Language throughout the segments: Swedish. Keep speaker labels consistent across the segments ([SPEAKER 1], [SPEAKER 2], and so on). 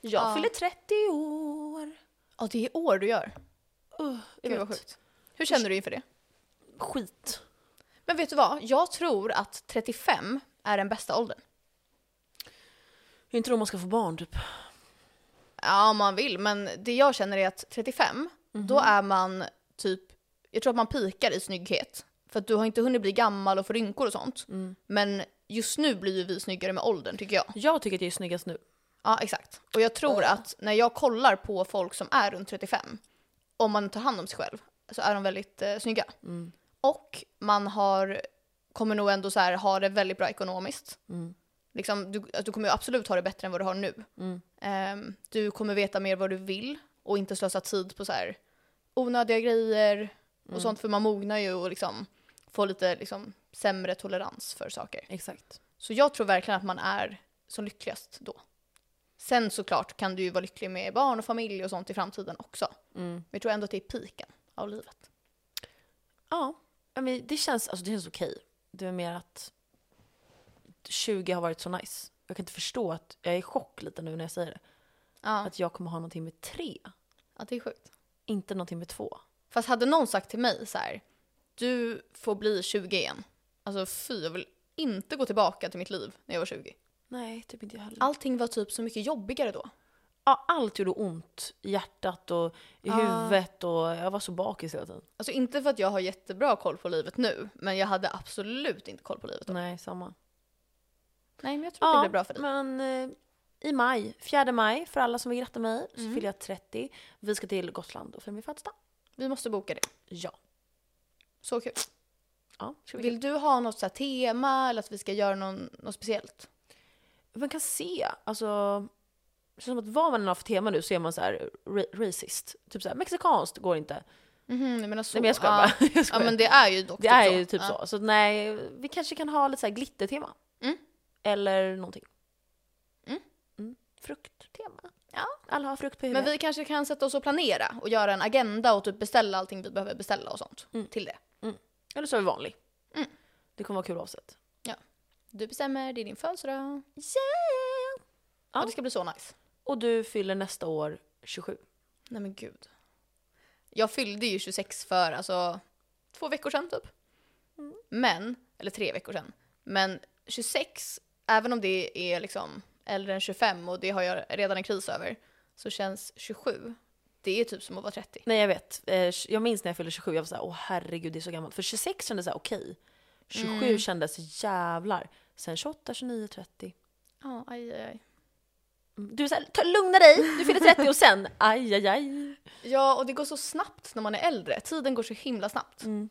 [SPEAKER 1] Jag
[SPEAKER 2] Ja.
[SPEAKER 1] fyller 30 år.
[SPEAKER 2] Ja, det är år du gör.
[SPEAKER 1] Uh, jag
[SPEAKER 2] Gud vad
[SPEAKER 1] vet.
[SPEAKER 2] sjukt. Hur känner du inför det?
[SPEAKER 1] Skit.
[SPEAKER 2] Men vet du vad? Jag tror att 35 är den bästa åldern.
[SPEAKER 1] Är inte då man ska få barn typ?
[SPEAKER 2] Ja, om man vill, men det jag känner är att 35, då är man typ, jag tror att man pikar i snygghet. För att du har inte hunnit bli gammal och få rynkor och sånt. Men just nu blir ju vi snyggare med åldern tycker jag.
[SPEAKER 1] Jag tycker att jag är snyggast nu.
[SPEAKER 2] Ja, exakt. Och jag tror
[SPEAKER 1] Ja.
[SPEAKER 2] att när jag kollar på folk som är runt 35, om man tar hand om sig själv, så är de väldigt eh, snygga.
[SPEAKER 1] Mm.
[SPEAKER 2] Och man har, kommer nog ändå så här, ha det väldigt bra ekonomiskt.
[SPEAKER 1] Mm.
[SPEAKER 2] Liksom, du, alltså, du kommer ju absolut ha det bättre än vad du har nu.
[SPEAKER 1] Mm.
[SPEAKER 2] Ehm, du kommer veta mer vad du vill och inte slösa tid på så här onödiga grejer och
[SPEAKER 1] mm.
[SPEAKER 2] sånt. För man mognar ju och liksom får lite liksom, sämre tolerans för saker.
[SPEAKER 1] Exakt.
[SPEAKER 2] Så jag tror verkligen att man är som lyckligast då. Sen såklart kan du ju vara lycklig med barn och familj och sånt i framtiden också.
[SPEAKER 1] Mm.
[SPEAKER 2] Men jag tror ändå att det är piken av livet.
[SPEAKER 1] Ja, Ja, men det känns, alltså, det känns okej. Det är mer att 20 har varit så nice. Jag kan inte förstå att jag är i chock lite nu när jag säger det.
[SPEAKER 2] Ja,
[SPEAKER 1] Att jag kommer ha någonting med tre,
[SPEAKER 2] ja det är sjukt.
[SPEAKER 1] inte någonting med två.
[SPEAKER 2] Fast hade någon sagt till mig så här, du får bli 20 igen. Alltså fy, jag vill inte gå tillbaka till mitt liv när jag var 20.
[SPEAKER 1] Nej, typ inte jag heller. Allt,
[SPEAKER 2] Allting var typ så mycket jobbigare då.
[SPEAKER 1] ja, allt gjorde ont i hjärtat och i
[SPEAKER 2] Ja.
[SPEAKER 1] huvudet och jag var så bakis hela tiden.
[SPEAKER 2] Alltså inte för att jag har jättebra koll på livet nu, men jag hade absolut inte koll på livet då.
[SPEAKER 1] Nej, samma.
[SPEAKER 2] Nej, men jag tror att det blir bra för dig.
[SPEAKER 1] men eh, i maj, 4 maj, för alla som vill gratta mig, så
[SPEAKER 2] Mm.
[SPEAKER 1] fyller jag 30. Vi ska till Gotland och fira min födelsedag.
[SPEAKER 2] Vi måste boka det.
[SPEAKER 1] Ja.
[SPEAKER 2] Så kul.
[SPEAKER 1] ja ska vi
[SPEAKER 2] Vill du ha något så här tema eller att vi ska göra någon, något speciellt?
[SPEAKER 1] Man kan se, alltså... Det känns som att vad man än har för tema nu så är man så här ra- racist. Typ så här, mexikanskt går inte.
[SPEAKER 2] Mhm, du menar så?
[SPEAKER 1] Nej men jag skojar bara.
[SPEAKER 2] ja.
[SPEAKER 1] Jag
[SPEAKER 2] Ja
[SPEAKER 1] skojar.
[SPEAKER 2] men det är ju dock
[SPEAKER 1] det är ju
[SPEAKER 2] så. Ah.
[SPEAKER 1] typ
[SPEAKER 2] ja.
[SPEAKER 1] så. Så nej, vi kanske kan ha lite så här glittertema.
[SPEAKER 2] Mm.
[SPEAKER 1] Eller någonting.
[SPEAKER 2] Mm.
[SPEAKER 1] Mm. Frukttema.
[SPEAKER 2] Ja.
[SPEAKER 1] Alla har frukt på huvudet.
[SPEAKER 2] Men vi kanske kan sätta oss och planera och göra en agenda och typ beställa allting vi behöver beställa och sånt
[SPEAKER 1] Mm.
[SPEAKER 2] till det.
[SPEAKER 1] Eller så är vi vanlig.
[SPEAKER 2] Mm.
[SPEAKER 1] Det kommer vara kul avsett.
[SPEAKER 2] Du bestämmer, det är din födelsedag.
[SPEAKER 1] Ja.
[SPEAKER 2] Ja. det ska bli så nice.
[SPEAKER 1] Och du fyller nästa år 27.
[SPEAKER 2] Nej men gud. Jag fyllde ju 26 för alltså två veckor sedan typ. Men, eller tre veckor sedan. Men 26, även om det är liksom äldre än 25 och det har jag redan en kris över, så känns 27, det är typ som att vara 30.
[SPEAKER 1] Nej jag vet. Eh, Jag minns när jag fyllde 27, jag var såhär åh herregud det är så gammalt. För 26 kändes såhär okej. 27
[SPEAKER 2] Mm.
[SPEAKER 1] kändes jävlar. Sen 28, 29, 30.
[SPEAKER 2] Ja, aj, aj, aj.
[SPEAKER 1] Mm. Du är såhär, ta- lugna dig! Du fyller 30 och sen aj aj aj.
[SPEAKER 2] Ja, och det går så snabbt när man är äldre. Tiden går så himla snabbt.
[SPEAKER 1] Mm.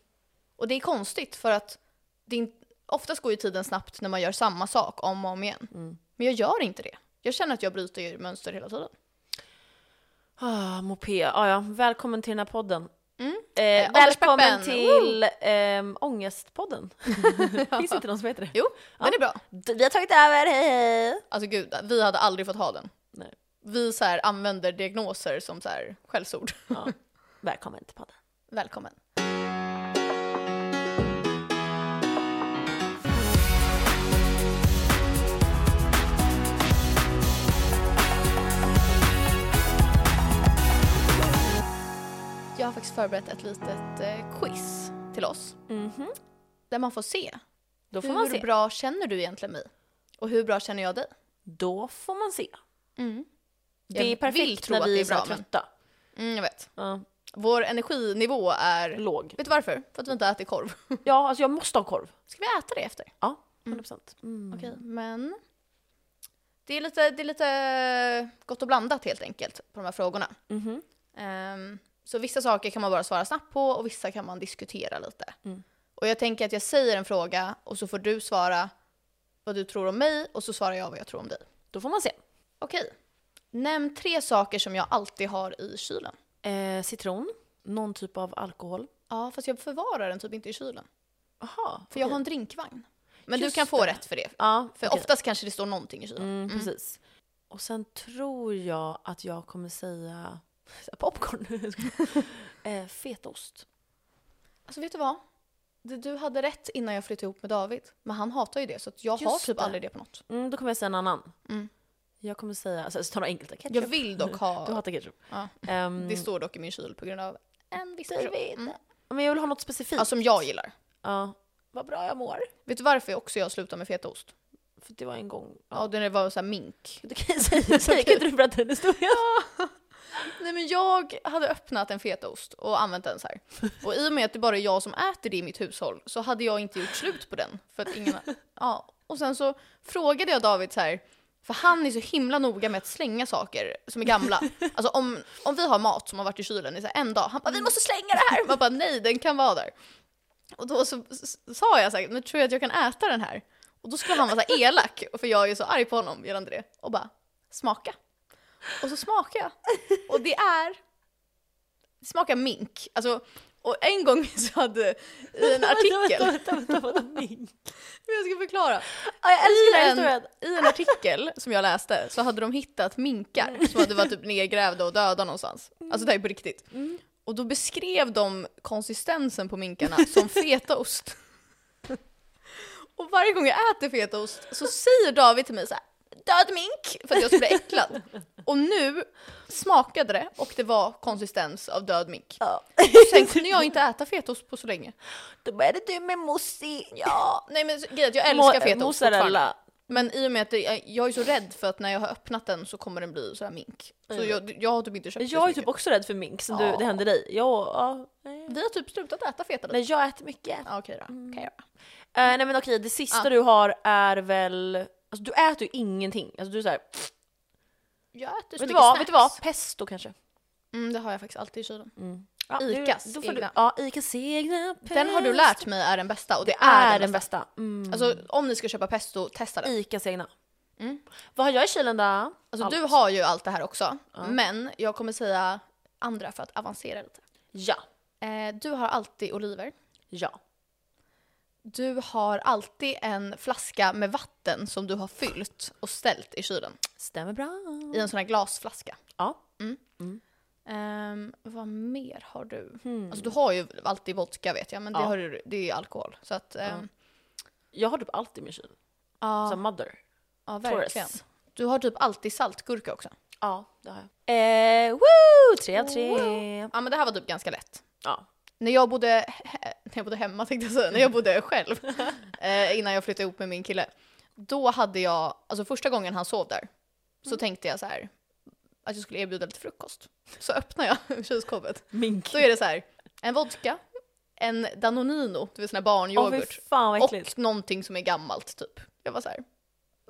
[SPEAKER 2] Och det är konstigt för att det är, in- oftast går ju tiden snabbt när man gör samma sak om och om igen.
[SPEAKER 1] Mm.
[SPEAKER 2] Men jag gör inte det. Jag känner att jag bryter ju mönster hela tiden.
[SPEAKER 1] Ah, mopé. Ah, ja. Välkommen till den här podden.
[SPEAKER 2] Mm.
[SPEAKER 1] Eh,
[SPEAKER 2] Eh,
[SPEAKER 1] välkommen
[SPEAKER 2] ålderspeppen.
[SPEAKER 1] till ehm, Ångestpodden. Finns inte någon som heter det?
[SPEAKER 2] Jo,
[SPEAKER 1] Ja.
[SPEAKER 2] den är bra.
[SPEAKER 1] D- Vi har tagit över, hej hej!
[SPEAKER 2] Alltså gud, vi hade aldrig fått ha den.
[SPEAKER 1] Nej.
[SPEAKER 2] Vi så här, använder diagnoser som så här, skällsord.
[SPEAKER 1] Ja. Välkommen till podden.
[SPEAKER 2] Välkommen. Jag har faktiskt förberett ett litet eh, quiz till oss.
[SPEAKER 1] Mhm.
[SPEAKER 2] Där man får se.
[SPEAKER 1] Då får
[SPEAKER 2] hur
[SPEAKER 1] man se.
[SPEAKER 2] bra känner du egentligen mig? Och hur bra känner jag dig?
[SPEAKER 1] Då får man se. Mm. Det
[SPEAKER 2] Jag
[SPEAKER 1] är
[SPEAKER 2] vill
[SPEAKER 1] perfekt
[SPEAKER 2] tro
[SPEAKER 1] när
[SPEAKER 2] att
[SPEAKER 1] vi
[SPEAKER 2] det
[SPEAKER 1] är,
[SPEAKER 2] är
[SPEAKER 1] så här
[SPEAKER 2] bra, men-
[SPEAKER 1] trötta.
[SPEAKER 2] Mm, jag vet.
[SPEAKER 1] Ja,
[SPEAKER 2] Vår energinivå är...
[SPEAKER 1] låg.
[SPEAKER 2] Vet du varför? För att vi inte har ätit korv.
[SPEAKER 1] Ja, alltså jag måste ha korv.
[SPEAKER 2] Ska vi äta det efter?
[SPEAKER 1] 100%. Mm.
[SPEAKER 2] Okej, men... Det är, lite, det är lite gott och blandat helt enkelt på de här frågorna.
[SPEAKER 1] Mhm.
[SPEAKER 2] Ehm, så vissa saker kan man bara svara snabbt på och vissa kan man diskutera lite.
[SPEAKER 1] Mm.
[SPEAKER 2] Och jag tänker att jag säger en fråga och så får du svara vad du tror om mig och så svarar jag vad jag tror om dig.
[SPEAKER 1] Då får man se.
[SPEAKER 2] Okej. Nämn tre saker som jag alltid har i kylen.
[SPEAKER 1] Eh, citron. Någon typ av alkohol.
[SPEAKER 2] Ja, fast jag förvarar den typ inte i kylen.
[SPEAKER 1] Jaha.
[SPEAKER 2] För jag har en drinkvagn. Men
[SPEAKER 1] Just
[SPEAKER 2] du kan få
[SPEAKER 1] det.
[SPEAKER 2] rätt för det.
[SPEAKER 1] Ja,
[SPEAKER 2] För
[SPEAKER 1] okej.
[SPEAKER 2] oftast kanske det står någonting i kylen.
[SPEAKER 1] Mm, precis. Och sen tror jag att jag kommer säga popcorn. eh, fetaost.
[SPEAKER 2] Alltså vet du vad? Det- Du hade rätt innan jag flyttade ihop med David. Men han hatar ju det så att jag har
[SPEAKER 1] Just
[SPEAKER 2] typ
[SPEAKER 1] det.
[SPEAKER 2] aldrig det på något.
[SPEAKER 1] Mm, då kommer jag säga en annan.
[SPEAKER 2] Mm.
[SPEAKER 1] Jag kommer säga, alltså, alltså ta något enkelt. Ketchup.
[SPEAKER 2] Jag vill dock ha...
[SPEAKER 1] Du hatar ketchup.
[SPEAKER 2] Ja.
[SPEAKER 1] Ehm,
[SPEAKER 2] Det står dock i min kyl på grund av en viss person.
[SPEAKER 1] David.
[SPEAKER 2] Mm.
[SPEAKER 1] Men jag vill ha något specifikt.
[SPEAKER 2] Ja, som jag gillar.
[SPEAKER 1] ja. Vad bra jag mår.
[SPEAKER 2] Vet du varför jag också jag slutade med fetaost?
[SPEAKER 1] För det var en gång.
[SPEAKER 2] Ja, ja det var så här mink.
[SPEAKER 1] Du kan, säga, säga, kan inte du berätta den historien?
[SPEAKER 2] Nej men jag hade öppnat en fetaost och använt den så här. Och i och med att det bara är jag som äter det i mitt hushåll så hade jag inte gjort slut på den. För att ingen... Ja. Och sen så frågade jag David så här, för han är så himla noga med att slänga saker som är gamla. Alltså om, om vi har mat som har varit i kylen i så här en dag, han bara vi måste slänga det här! Man bara nej den kan vara där. Och då så, s- sa jag så här, men tror jag att jag kan äta den här? Och då skulle han vara så här elak, för jag är ju så arg på honom gällande det. Och bara smaka. Och så smakar jag. Och det är... Det smakar mink. Alltså, och en gång så hade, i en
[SPEAKER 1] Vänta,
[SPEAKER 2] artikel,
[SPEAKER 1] vänta, vänta, vänta, mink.
[SPEAKER 2] jag ska förklara.
[SPEAKER 1] Ja, jag älskar den här
[SPEAKER 2] I en,
[SPEAKER 1] historien.
[SPEAKER 2] I en artikel som jag läste så hade de hittat
[SPEAKER 1] Mm.
[SPEAKER 2] minkar som hade varit typ nedgrävda och döda någonstans. Alltså det här är på riktigt.
[SPEAKER 1] Mm.
[SPEAKER 2] Och då beskrev de konsistensen på minkarna som fetaost. Och varje gång jag äter fetaost så säger David till mig så här död mink för att jag skulle bli äcklad. Och nu smakade det och det var konsistens av död mink.
[SPEAKER 1] Ja.
[SPEAKER 2] Sen kunde jag inte äta fetaost på så länge.
[SPEAKER 1] Då började du med mossi.
[SPEAKER 2] Ja, nej men grejen är att jag älskar fetaost fortfarande.
[SPEAKER 1] Mozzarella.
[SPEAKER 2] Men i och med att det, jag är så rädd för att när jag har öppnat den så kommer den bli så här mink. Så
[SPEAKER 1] Mm.
[SPEAKER 2] jag, jag har typ inte köpt det så
[SPEAKER 1] Jag är typ
[SPEAKER 2] mycket.
[SPEAKER 1] också rädd för mink som du,
[SPEAKER 2] Ja.
[SPEAKER 1] det hände dig. Jag, ja, nej.
[SPEAKER 2] Vi har typ slutat äta feta
[SPEAKER 1] nej, Mm. jag äter mycket.
[SPEAKER 2] Ja, okej då. Kan jag göra.
[SPEAKER 1] Eh, nej men okej, det sista
[SPEAKER 2] Ja.
[SPEAKER 1] du har är väl, alltså du äter ju ingenting. Alltså du är såhär,
[SPEAKER 2] Jag äter så
[SPEAKER 1] vet du
[SPEAKER 2] mycket
[SPEAKER 1] vad, vet du vad?
[SPEAKER 2] snacks.
[SPEAKER 1] Pesto kanske?
[SPEAKER 2] Mm, det har jag faktiskt alltid i kylen.
[SPEAKER 1] Ja, du-
[SPEAKER 2] Icas
[SPEAKER 1] då får du-
[SPEAKER 2] egna.
[SPEAKER 1] Ja, Icas egna pesto.
[SPEAKER 2] Den har du lärt mig är den bästa och det,
[SPEAKER 1] är, den bästa. Mm.
[SPEAKER 2] Alltså om ni ska köpa pesto, testa den.
[SPEAKER 1] Icas egna.
[SPEAKER 2] Mm.
[SPEAKER 1] Vad har jag i kylen då?
[SPEAKER 2] Alltså
[SPEAKER 1] Allt.
[SPEAKER 2] du har ju allt det här också. Men jag kommer säga andra för att avancera lite.
[SPEAKER 1] Ja,
[SPEAKER 2] Eh, du har alltid oliver.
[SPEAKER 1] ja.
[SPEAKER 2] Du har alltid en flaska med vatten som du har fyllt och ställt i kylen.
[SPEAKER 1] Stämmer bra.
[SPEAKER 2] I en sån här glasflaska.
[SPEAKER 1] Ja.
[SPEAKER 2] Ehm, vad mer har du?
[SPEAKER 1] Hmm.
[SPEAKER 2] Alltså du har ju alltid vodka vet jag, men det,
[SPEAKER 1] Ja.
[SPEAKER 2] har du, det är ju alkohol. Så att, ehm,
[SPEAKER 1] Jag har typ allt i min kyl.
[SPEAKER 2] ja.
[SPEAKER 1] Som mother.
[SPEAKER 2] ja, verkligen.
[SPEAKER 1] Taurus.
[SPEAKER 2] Du har typ alltid saltgurka också.
[SPEAKER 1] Ja, det har jag. Eh, woo! Tre av tre.
[SPEAKER 2] Ja men det här var typ ganska lätt.
[SPEAKER 1] Ja.
[SPEAKER 2] När jag bodde, he- när jag bodde hemma tänkte jag säga, när jag bodde själv, eh, innan jag flyttade ihop med min kille. Då hade jag, alltså första gången han sov där, så
[SPEAKER 1] Mm.
[SPEAKER 2] tänkte jag så här att jag skulle erbjuda lite frukost. Så öppnar jag kylskåpet.
[SPEAKER 1] Mink.
[SPEAKER 2] Då är det så här, en vodka, en Danonino, du vet sån här
[SPEAKER 1] Åh fy
[SPEAKER 2] barnyoghurt.
[SPEAKER 1] fan vad äckligt.
[SPEAKER 2] Och någonting som är gammalt typ. Jag var så här.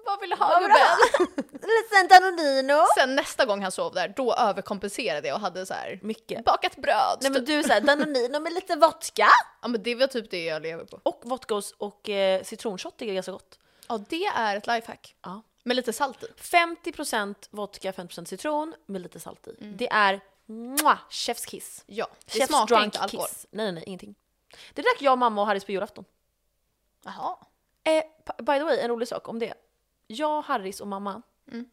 [SPEAKER 2] Vad vill du ha
[SPEAKER 1] Vad vill du
[SPEAKER 2] gubben?
[SPEAKER 1] Liten Danonino.
[SPEAKER 2] Sen nästa gång han sov där, då överkompenserade jag och hade så här
[SPEAKER 1] Mycket.
[SPEAKER 2] bakat bröd.
[SPEAKER 1] Nej men
[SPEAKER 2] typ.
[SPEAKER 1] du säger Danonino med lite vodka.
[SPEAKER 2] Ja men det var typ det jag lever på.
[SPEAKER 1] Och vodka och eh, citronshot är ganska gott.
[SPEAKER 2] Ja det är ett lifehack.
[SPEAKER 1] Ja.
[SPEAKER 2] Med lite salt i.
[SPEAKER 1] 50% vodka, 50% citron med lite salt i. Det är mwah, chef's kiss.
[SPEAKER 2] Ja, det
[SPEAKER 1] Chef's
[SPEAKER 2] smakar
[SPEAKER 1] drunk
[SPEAKER 2] inte alkohol.
[SPEAKER 1] kiss. Nej, nej, nej, ingenting. Det drack jag, mamma och Harris på julafton.
[SPEAKER 2] Jaha.
[SPEAKER 1] Eh, p- by the way, en rolig sak om det. Jag, Harris och mamma,
[SPEAKER 2] Mm.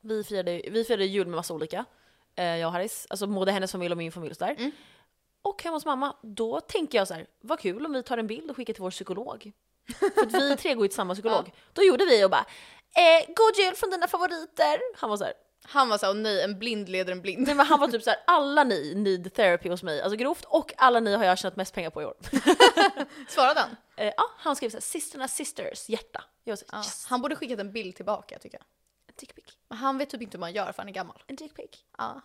[SPEAKER 1] vi, firade, vi firade jul med massa olika. Eh, jag och Harris, alltså både hennes familj och min familj och sådär.
[SPEAKER 2] Mm.
[SPEAKER 1] Och hemma hos mamma, då tänker jag så här: vad kul om vi tar en bild och skickar till vår psykolog. För att vi tre går ju till samma psykolog. Då gjorde vi och bara, eh, god jul från dina favoriter. Han var så här,
[SPEAKER 2] Han var såhär, åh nej en blind leder en blind.
[SPEAKER 1] nej men han var typ så här, alla ni need therapy hos mig, alltså grovt, och alla ni har jag tjänat mest pengar på i år.
[SPEAKER 2] Svarade han?
[SPEAKER 1] Eh, ja, han skrev såhär, systrarna sisters, hjärta. Jag var såhär,
[SPEAKER 2] Ja.
[SPEAKER 1] yes,
[SPEAKER 2] Han borde skickat en bild tillbaka tycker jag.
[SPEAKER 1] en dick pic,
[SPEAKER 2] Men han vet typ inte hur man gör för han är gammal.
[SPEAKER 1] en dick pic.
[SPEAKER 2] Ja.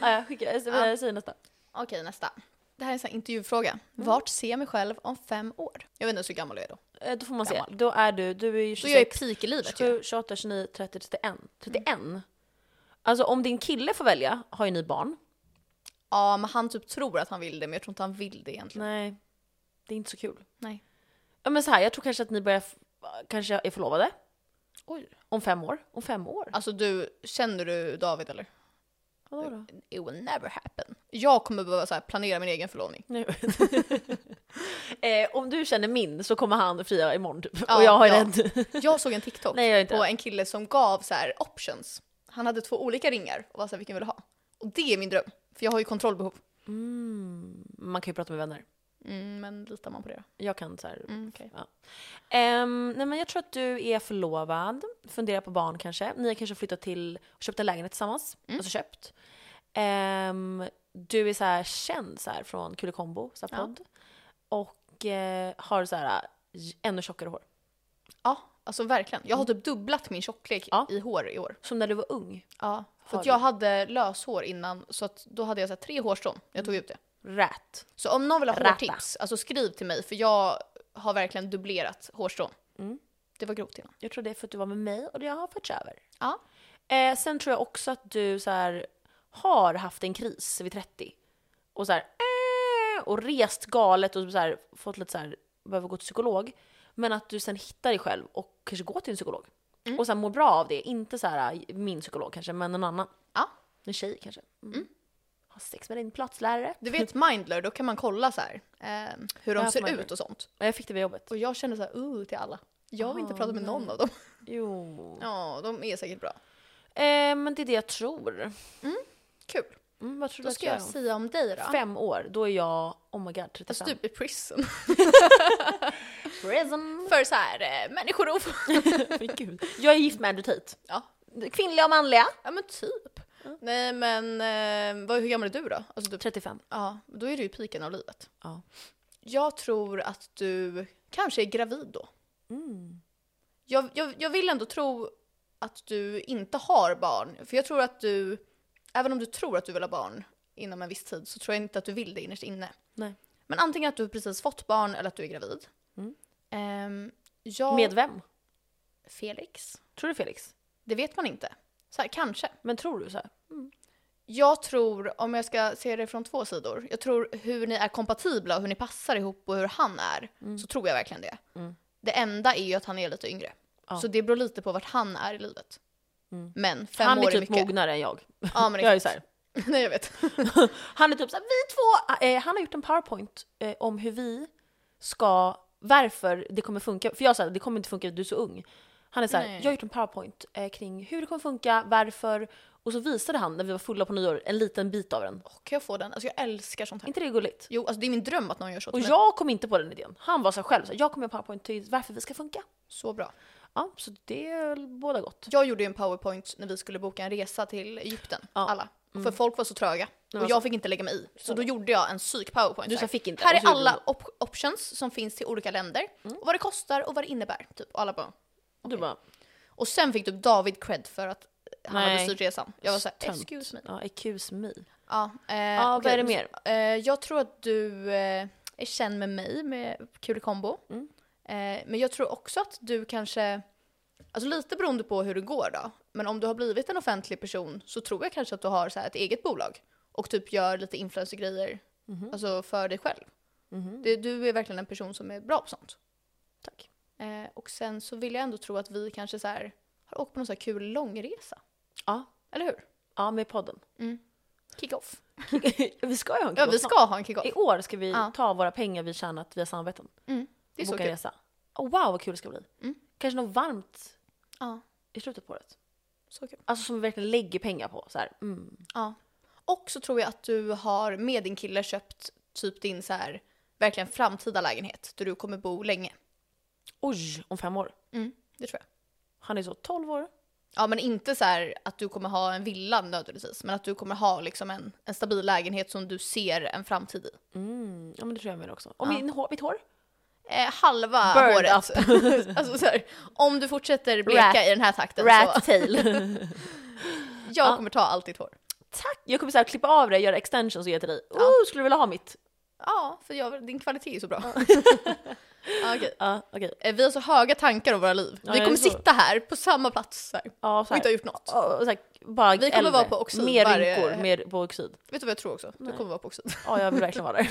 [SPEAKER 1] Ja, jag skickar, jag säger nästa.
[SPEAKER 2] Okej nästa. Det här är en sån här intervjufråga. Vart ser jag mig själv om fem år? Jag vet inte ens hur gammal jag är då.
[SPEAKER 1] Eh, Då får man se.
[SPEAKER 2] Gammal.
[SPEAKER 1] Då är du, du är ju
[SPEAKER 2] Då är jag i
[SPEAKER 1] 26,
[SPEAKER 2] peak i livet ju. Mm.
[SPEAKER 1] 27, 28, 29, 30, 31. 31. Alltså om din kille får välja har ju ni barn.
[SPEAKER 2] Ja, men han typ tror att han vill det, men jag tror inte han vill det egentligen.
[SPEAKER 1] Nej. Det är inte så kul.
[SPEAKER 2] Nej.
[SPEAKER 1] Ja men så här, jag tror kanske att ni börjar, f- kanske är förlovade.
[SPEAKER 2] Oj.
[SPEAKER 1] Om fem år. Om fem år?
[SPEAKER 2] Alltså du, känner du David eller?
[SPEAKER 1] Vadå då?
[SPEAKER 2] It will never happen. Jag kommer behöva så här, planera min egen förlovning.
[SPEAKER 1] Nu. eh, om du känner min så kommer han och fria imorgon typ.
[SPEAKER 2] Ja,
[SPEAKER 1] och jag har
[SPEAKER 2] ja.
[SPEAKER 1] rädd.
[SPEAKER 2] Jag såg en TikTok
[SPEAKER 1] Nej jag är inte
[SPEAKER 2] på
[SPEAKER 1] rädd.
[SPEAKER 2] en kille som gav så här options. Han hade två olika ringar och var så här, vilken vill du ha? Och det är min dröm, för jag har ju kontrollbehov.
[SPEAKER 1] mm, Man kan ju prata med vänner.
[SPEAKER 2] Mm, men litar man på det då?
[SPEAKER 1] Jag kan så här.
[SPEAKER 2] Mm, okej.
[SPEAKER 1] Ehm, nej men jag tror att du är förlovad, funderar på barn kanske. Ni har kanske flyttat till och köpt en lägenhet tillsammans. Alltså köpt. Ehm, du är så här känd så här från Kulekombo, så här
[SPEAKER 2] Ja.
[SPEAKER 1] podd. Och eh, har så här j- ännu tjockare hår.
[SPEAKER 2] Ja, alltså verkligen. Jag har typ dubblat min tjocklek
[SPEAKER 1] Ja.
[SPEAKER 2] i hår i år.
[SPEAKER 1] Som när du var ung.
[SPEAKER 2] Ja. För
[SPEAKER 1] Har
[SPEAKER 2] att
[SPEAKER 1] du?
[SPEAKER 2] jag hade löshår innan, så att då hade jag så här tre hårstrån. Jag tog ut det.
[SPEAKER 1] Rät.
[SPEAKER 2] Så om någon vill ha
[SPEAKER 1] Rappa.
[SPEAKER 2] hårtips, alltså skriv till mig för jag har verkligen dubblerat hårstrån.
[SPEAKER 1] Mm.
[SPEAKER 2] Det var grovt innan.
[SPEAKER 1] Jag tror det är för att du var med mig och jag har förts över.
[SPEAKER 2] Ja.
[SPEAKER 1] Eh, sen tror jag också att du så här, har haft en kris vid 30. Och så här, eh, och rest galet och så här, fått lite så här, behöver gå till psykolog. Men att du sen hittar dig själv och kanske går till en psykolog.
[SPEAKER 2] Mm.
[SPEAKER 1] Och sen mår bra av det. Inte så här min psykolog kanske, men någon annan.
[SPEAKER 2] Ja.
[SPEAKER 1] En tjej kanske. Mm. Ha sex med din platslärare.
[SPEAKER 2] Du vet Mindler, då kan man kolla så här, eh, hur de
[SPEAKER 1] Ja,
[SPEAKER 2] ser
[SPEAKER 1] Mindler.
[SPEAKER 2] ut och sånt.
[SPEAKER 1] Ja, Jag fick det vid jobbet.
[SPEAKER 2] Och jag kände så här, uh, till alla. Jag vill inte
[SPEAKER 1] Ah,
[SPEAKER 2] prata med
[SPEAKER 1] nej.
[SPEAKER 2] någon av dem.
[SPEAKER 1] Jo.
[SPEAKER 2] Ja, de är säkert bra.
[SPEAKER 1] Eh, men det är det jag tror.
[SPEAKER 2] Kul.
[SPEAKER 1] Mm, vad tror du
[SPEAKER 2] Då
[SPEAKER 1] att
[SPEAKER 2] ska jag
[SPEAKER 1] om
[SPEAKER 2] säga om dig då.
[SPEAKER 1] Fem år, då är jag, oh my god, 35.
[SPEAKER 2] Alltså typ i prison.
[SPEAKER 1] Prison.
[SPEAKER 2] För så här, eh, människorov.
[SPEAKER 1] Men gud. Jag är gift med Andrew Tate.
[SPEAKER 2] Ja.
[SPEAKER 1] Kvinnliga och manliga.
[SPEAKER 2] Ja men typ. Nej men eh, vad, hur gammal är du då? Alltså, du,
[SPEAKER 1] 35.
[SPEAKER 2] ja, då är du i piken av livet.
[SPEAKER 1] Ja.
[SPEAKER 2] Jag tror att du kanske är gravid då.
[SPEAKER 1] Mm.
[SPEAKER 2] Jag, jag, jag vill ändå tro att du inte har barn. För jag tror att du, även om du tror att du vill ha barn inom en viss tid så tror jag inte att du vill det innerst inne.
[SPEAKER 1] Nej.
[SPEAKER 2] Men antingen att du precis fått barn eller att du är gravid.
[SPEAKER 1] Mm.
[SPEAKER 2] Ehm, jag...
[SPEAKER 1] Med vem?
[SPEAKER 2] Felix?
[SPEAKER 1] Tror du Felix?
[SPEAKER 2] Det vet man inte. Så här, kanske.
[SPEAKER 1] Men tror du så här?
[SPEAKER 2] Jag tror, om jag ska se det från två sidor, jag tror hur ni är kompatibla och hur ni passar ihop och hur han är, så tror jag verkligen det.
[SPEAKER 1] Mm.
[SPEAKER 2] Det enda är ju att han är lite yngre.
[SPEAKER 1] Ja.
[SPEAKER 2] Så det beror lite på vart han är i livet.
[SPEAKER 1] Mm.
[SPEAKER 2] Men fem
[SPEAKER 1] han
[SPEAKER 2] år
[SPEAKER 1] är typ
[SPEAKER 2] mycket.
[SPEAKER 1] mognare än jag.
[SPEAKER 2] Ja, men
[SPEAKER 1] Jag är
[SPEAKER 2] exakt.
[SPEAKER 1] så här.
[SPEAKER 2] Nej, jag vet.
[SPEAKER 1] Han är typ så här, vi två, eh, han har gjort en powerpoint eh, om hur vi ska, varför det kommer funka. För jag sa det kommer inte funka, du är så ung. Han är så här,
[SPEAKER 2] Nej.
[SPEAKER 1] jag har gjort en powerpoint eh, kring hur det kommer funka, varför. Och så visade han när vi var fulla på nyår en liten bit av den.
[SPEAKER 2] Och kan jag få den? Alltså jag älskar sånt
[SPEAKER 1] Är
[SPEAKER 2] här.
[SPEAKER 1] inte det gulligt?
[SPEAKER 2] Jo, alltså det är min dröm att någon gör så
[SPEAKER 1] Mm. Och
[SPEAKER 2] till mig.
[SPEAKER 1] jag kom inte på den idén. Han var så här själv, så här, jag kom med en powerpoint till varför vi ska funka.
[SPEAKER 2] Så bra.
[SPEAKER 1] Ja, så det är båda gott.
[SPEAKER 2] Jag gjorde ju en powerpoint när vi skulle boka en resa till Egypten,
[SPEAKER 1] Ja. Mm.
[SPEAKER 2] alla. För folk var så tröga.
[SPEAKER 1] men
[SPEAKER 2] Och jag fick inte lägga mig i. Så då gjorde jag en psyk powerpoint.
[SPEAKER 1] Du
[SPEAKER 2] så
[SPEAKER 1] sa fick inte.
[SPEAKER 2] Här
[SPEAKER 1] och så Mm.
[SPEAKER 2] är
[SPEAKER 1] gjorde
[SPEAKER 2] alla op options som finns till olika länder. Och vad det kostar och vad det innebär. Typ. Och, alla bara.
[SPEAKER 1] Du, du bara,
[SPEAKER 2] och sen fick typ David cred för att han hade
[SPEAKER 1] Nej.
[SPEAKER 2] styrt resan. Jag var såhär,
[SPEAKER 1] Tönt.
[SPEAKER 2] excuse me.
[SPEAKER 1] ja, excuse me.
[SPEAKER 2] Ja, eh,
[SPEAKER 1] Ja,
[SPEAKER 2] okej.
[SPEAKER 1] vad är det mer?
[SPEAKER 2] Eh, jag tror att du eh, är känd med mig med Kul kombo.
[SPEAKER 1] Mm.
[SPEAKER 2] Eh, men jag tror också att du kanske, alltså lite beroende på hur det går då, men om du har blivit en offentlig person så tror jag kanske att du har så här ett eget bolag och typ gör lite influencergrejer,
[SPEAKER 1] Mhm.
[SPEAKER 2] alltså för dig själv. Det, du är verkligen en person som är bra på sånt.
[SPEAKER 1] Tack.
[SPEAKER 2] Eh, och sen så vill jag ändå tro att vi kanske så här har åkt på någon så här kul långresa,
[SPEAKER 1] Ja,
[SPEAKER 2] eller hur?
[SPEAKER 1] ja, med podden.
[SPEAKER 2] Kick-off.
[SPEAKER 1] vi ska ju ha en
[SPEAKER 2] Ja,
[SPEAKER 1] kebab
[SPEAKER 2] vi
[SPEAKER 1] snart.
[SPEAKER 2] ska ha en kick-off.
[SPEAKER 1] I år ska vi
[SPEAKER 2] Ja.
[SPEAKER 1] ta våra pengar vi tjänat via samarbeten
[SPEAKER 2] Det är
[SPEAKER 1] och
[SPEAKER 2] så
[SPEAKER 1] boka
[SPEAKER 2] kul.
[SPEAKER 1] en resa. Oh, wow vad kul det ska bli.
[SPEAKER 2] Mm.
[SPEAKER 1] Kanske något varmt
[SPEAKER 2] Ja,
[SPEAKER 1] i slutet på året.
[SPEAKER 2] så kul.
[SPEAKER 1] Alltså som vi verkligen lägger pengar på. Så här. Mm.
[SPEAKER 2] Ja. Och så tror jag att du har med din kille köpt typ din så här verkligen framtida lägenhet där du kommer bo länge.
[SPEAKER 1] Oj, om fem år.
[SPEAKER 2] Det tror jag.
[SPEAKER 1] Han är så 12 år.
[SPEAKER 2] Ja men inte så här att du kommer ha en villa nödvändigtvis men att du kommer ha liksom en, en stabil lägenhet som du ser en framtid i.
[SPEAKER 1] Mm. Ja men det tror jag med också. Och
[SPEAKER 2] Ja.
[SPEAKER 1] min hår, mitt hår?
[SPEAKER 2] Eh, halva
[SPEAKER 1] Burned
[SPEAKER 2] håret. alltså så här, om du fortsätter bleka
[SPEAKER 1] Rat-
[SPEAKER 2] i den här takten så
[SPEAKER 1] Rat tail.
[SPEAKER 2] jag
[SPEAKER 1] Ja.
[SPEAKER 2] kommer ta allt ditt hår.
[SPEAKER 1] Tack! Jag kommer så här klippa av det, göra extensions och ge till dig. Oh, skulle du vilja ha mitt?
[SPEAKER 2] Ja, för jag, din kvalitet är så bra. ja, okej.
[SPEAKER 1] Ja, okej.
[SPEAKER 2] Eh, Vi har så höga tankar om våra liv.
[SPEAKER 1] Ja,
[SPEAKER 2] vi
[SPEAKER 1] det är
[SPEAKER 2] kommer
[SPEAKER 1] så.
[SPEAKER 2] sitta här på samma plats så här,
[SPEAKER 1] Ja, så
[SPEAKER 2] och
[SPEAKER 1] här.
[SPEAKER 2] inte ha gjort något.
[SPEAKER 1] Ja, och så här, bara
[SPEAKER 2] Vi kommer
[SPEAKER 1] äldre.
[SPEAKER 2] vara på oxid
[SPEAKER 1] Mer
[SPEAKER 2] varje-
[SPEAKER 1] rynkor, mer på oxid.
[SPEAKER 2] Vet du vad jag tror också? Du kommer vara på oxid.
[SPEAKER 1] Ja, jag vill verkligen vara där.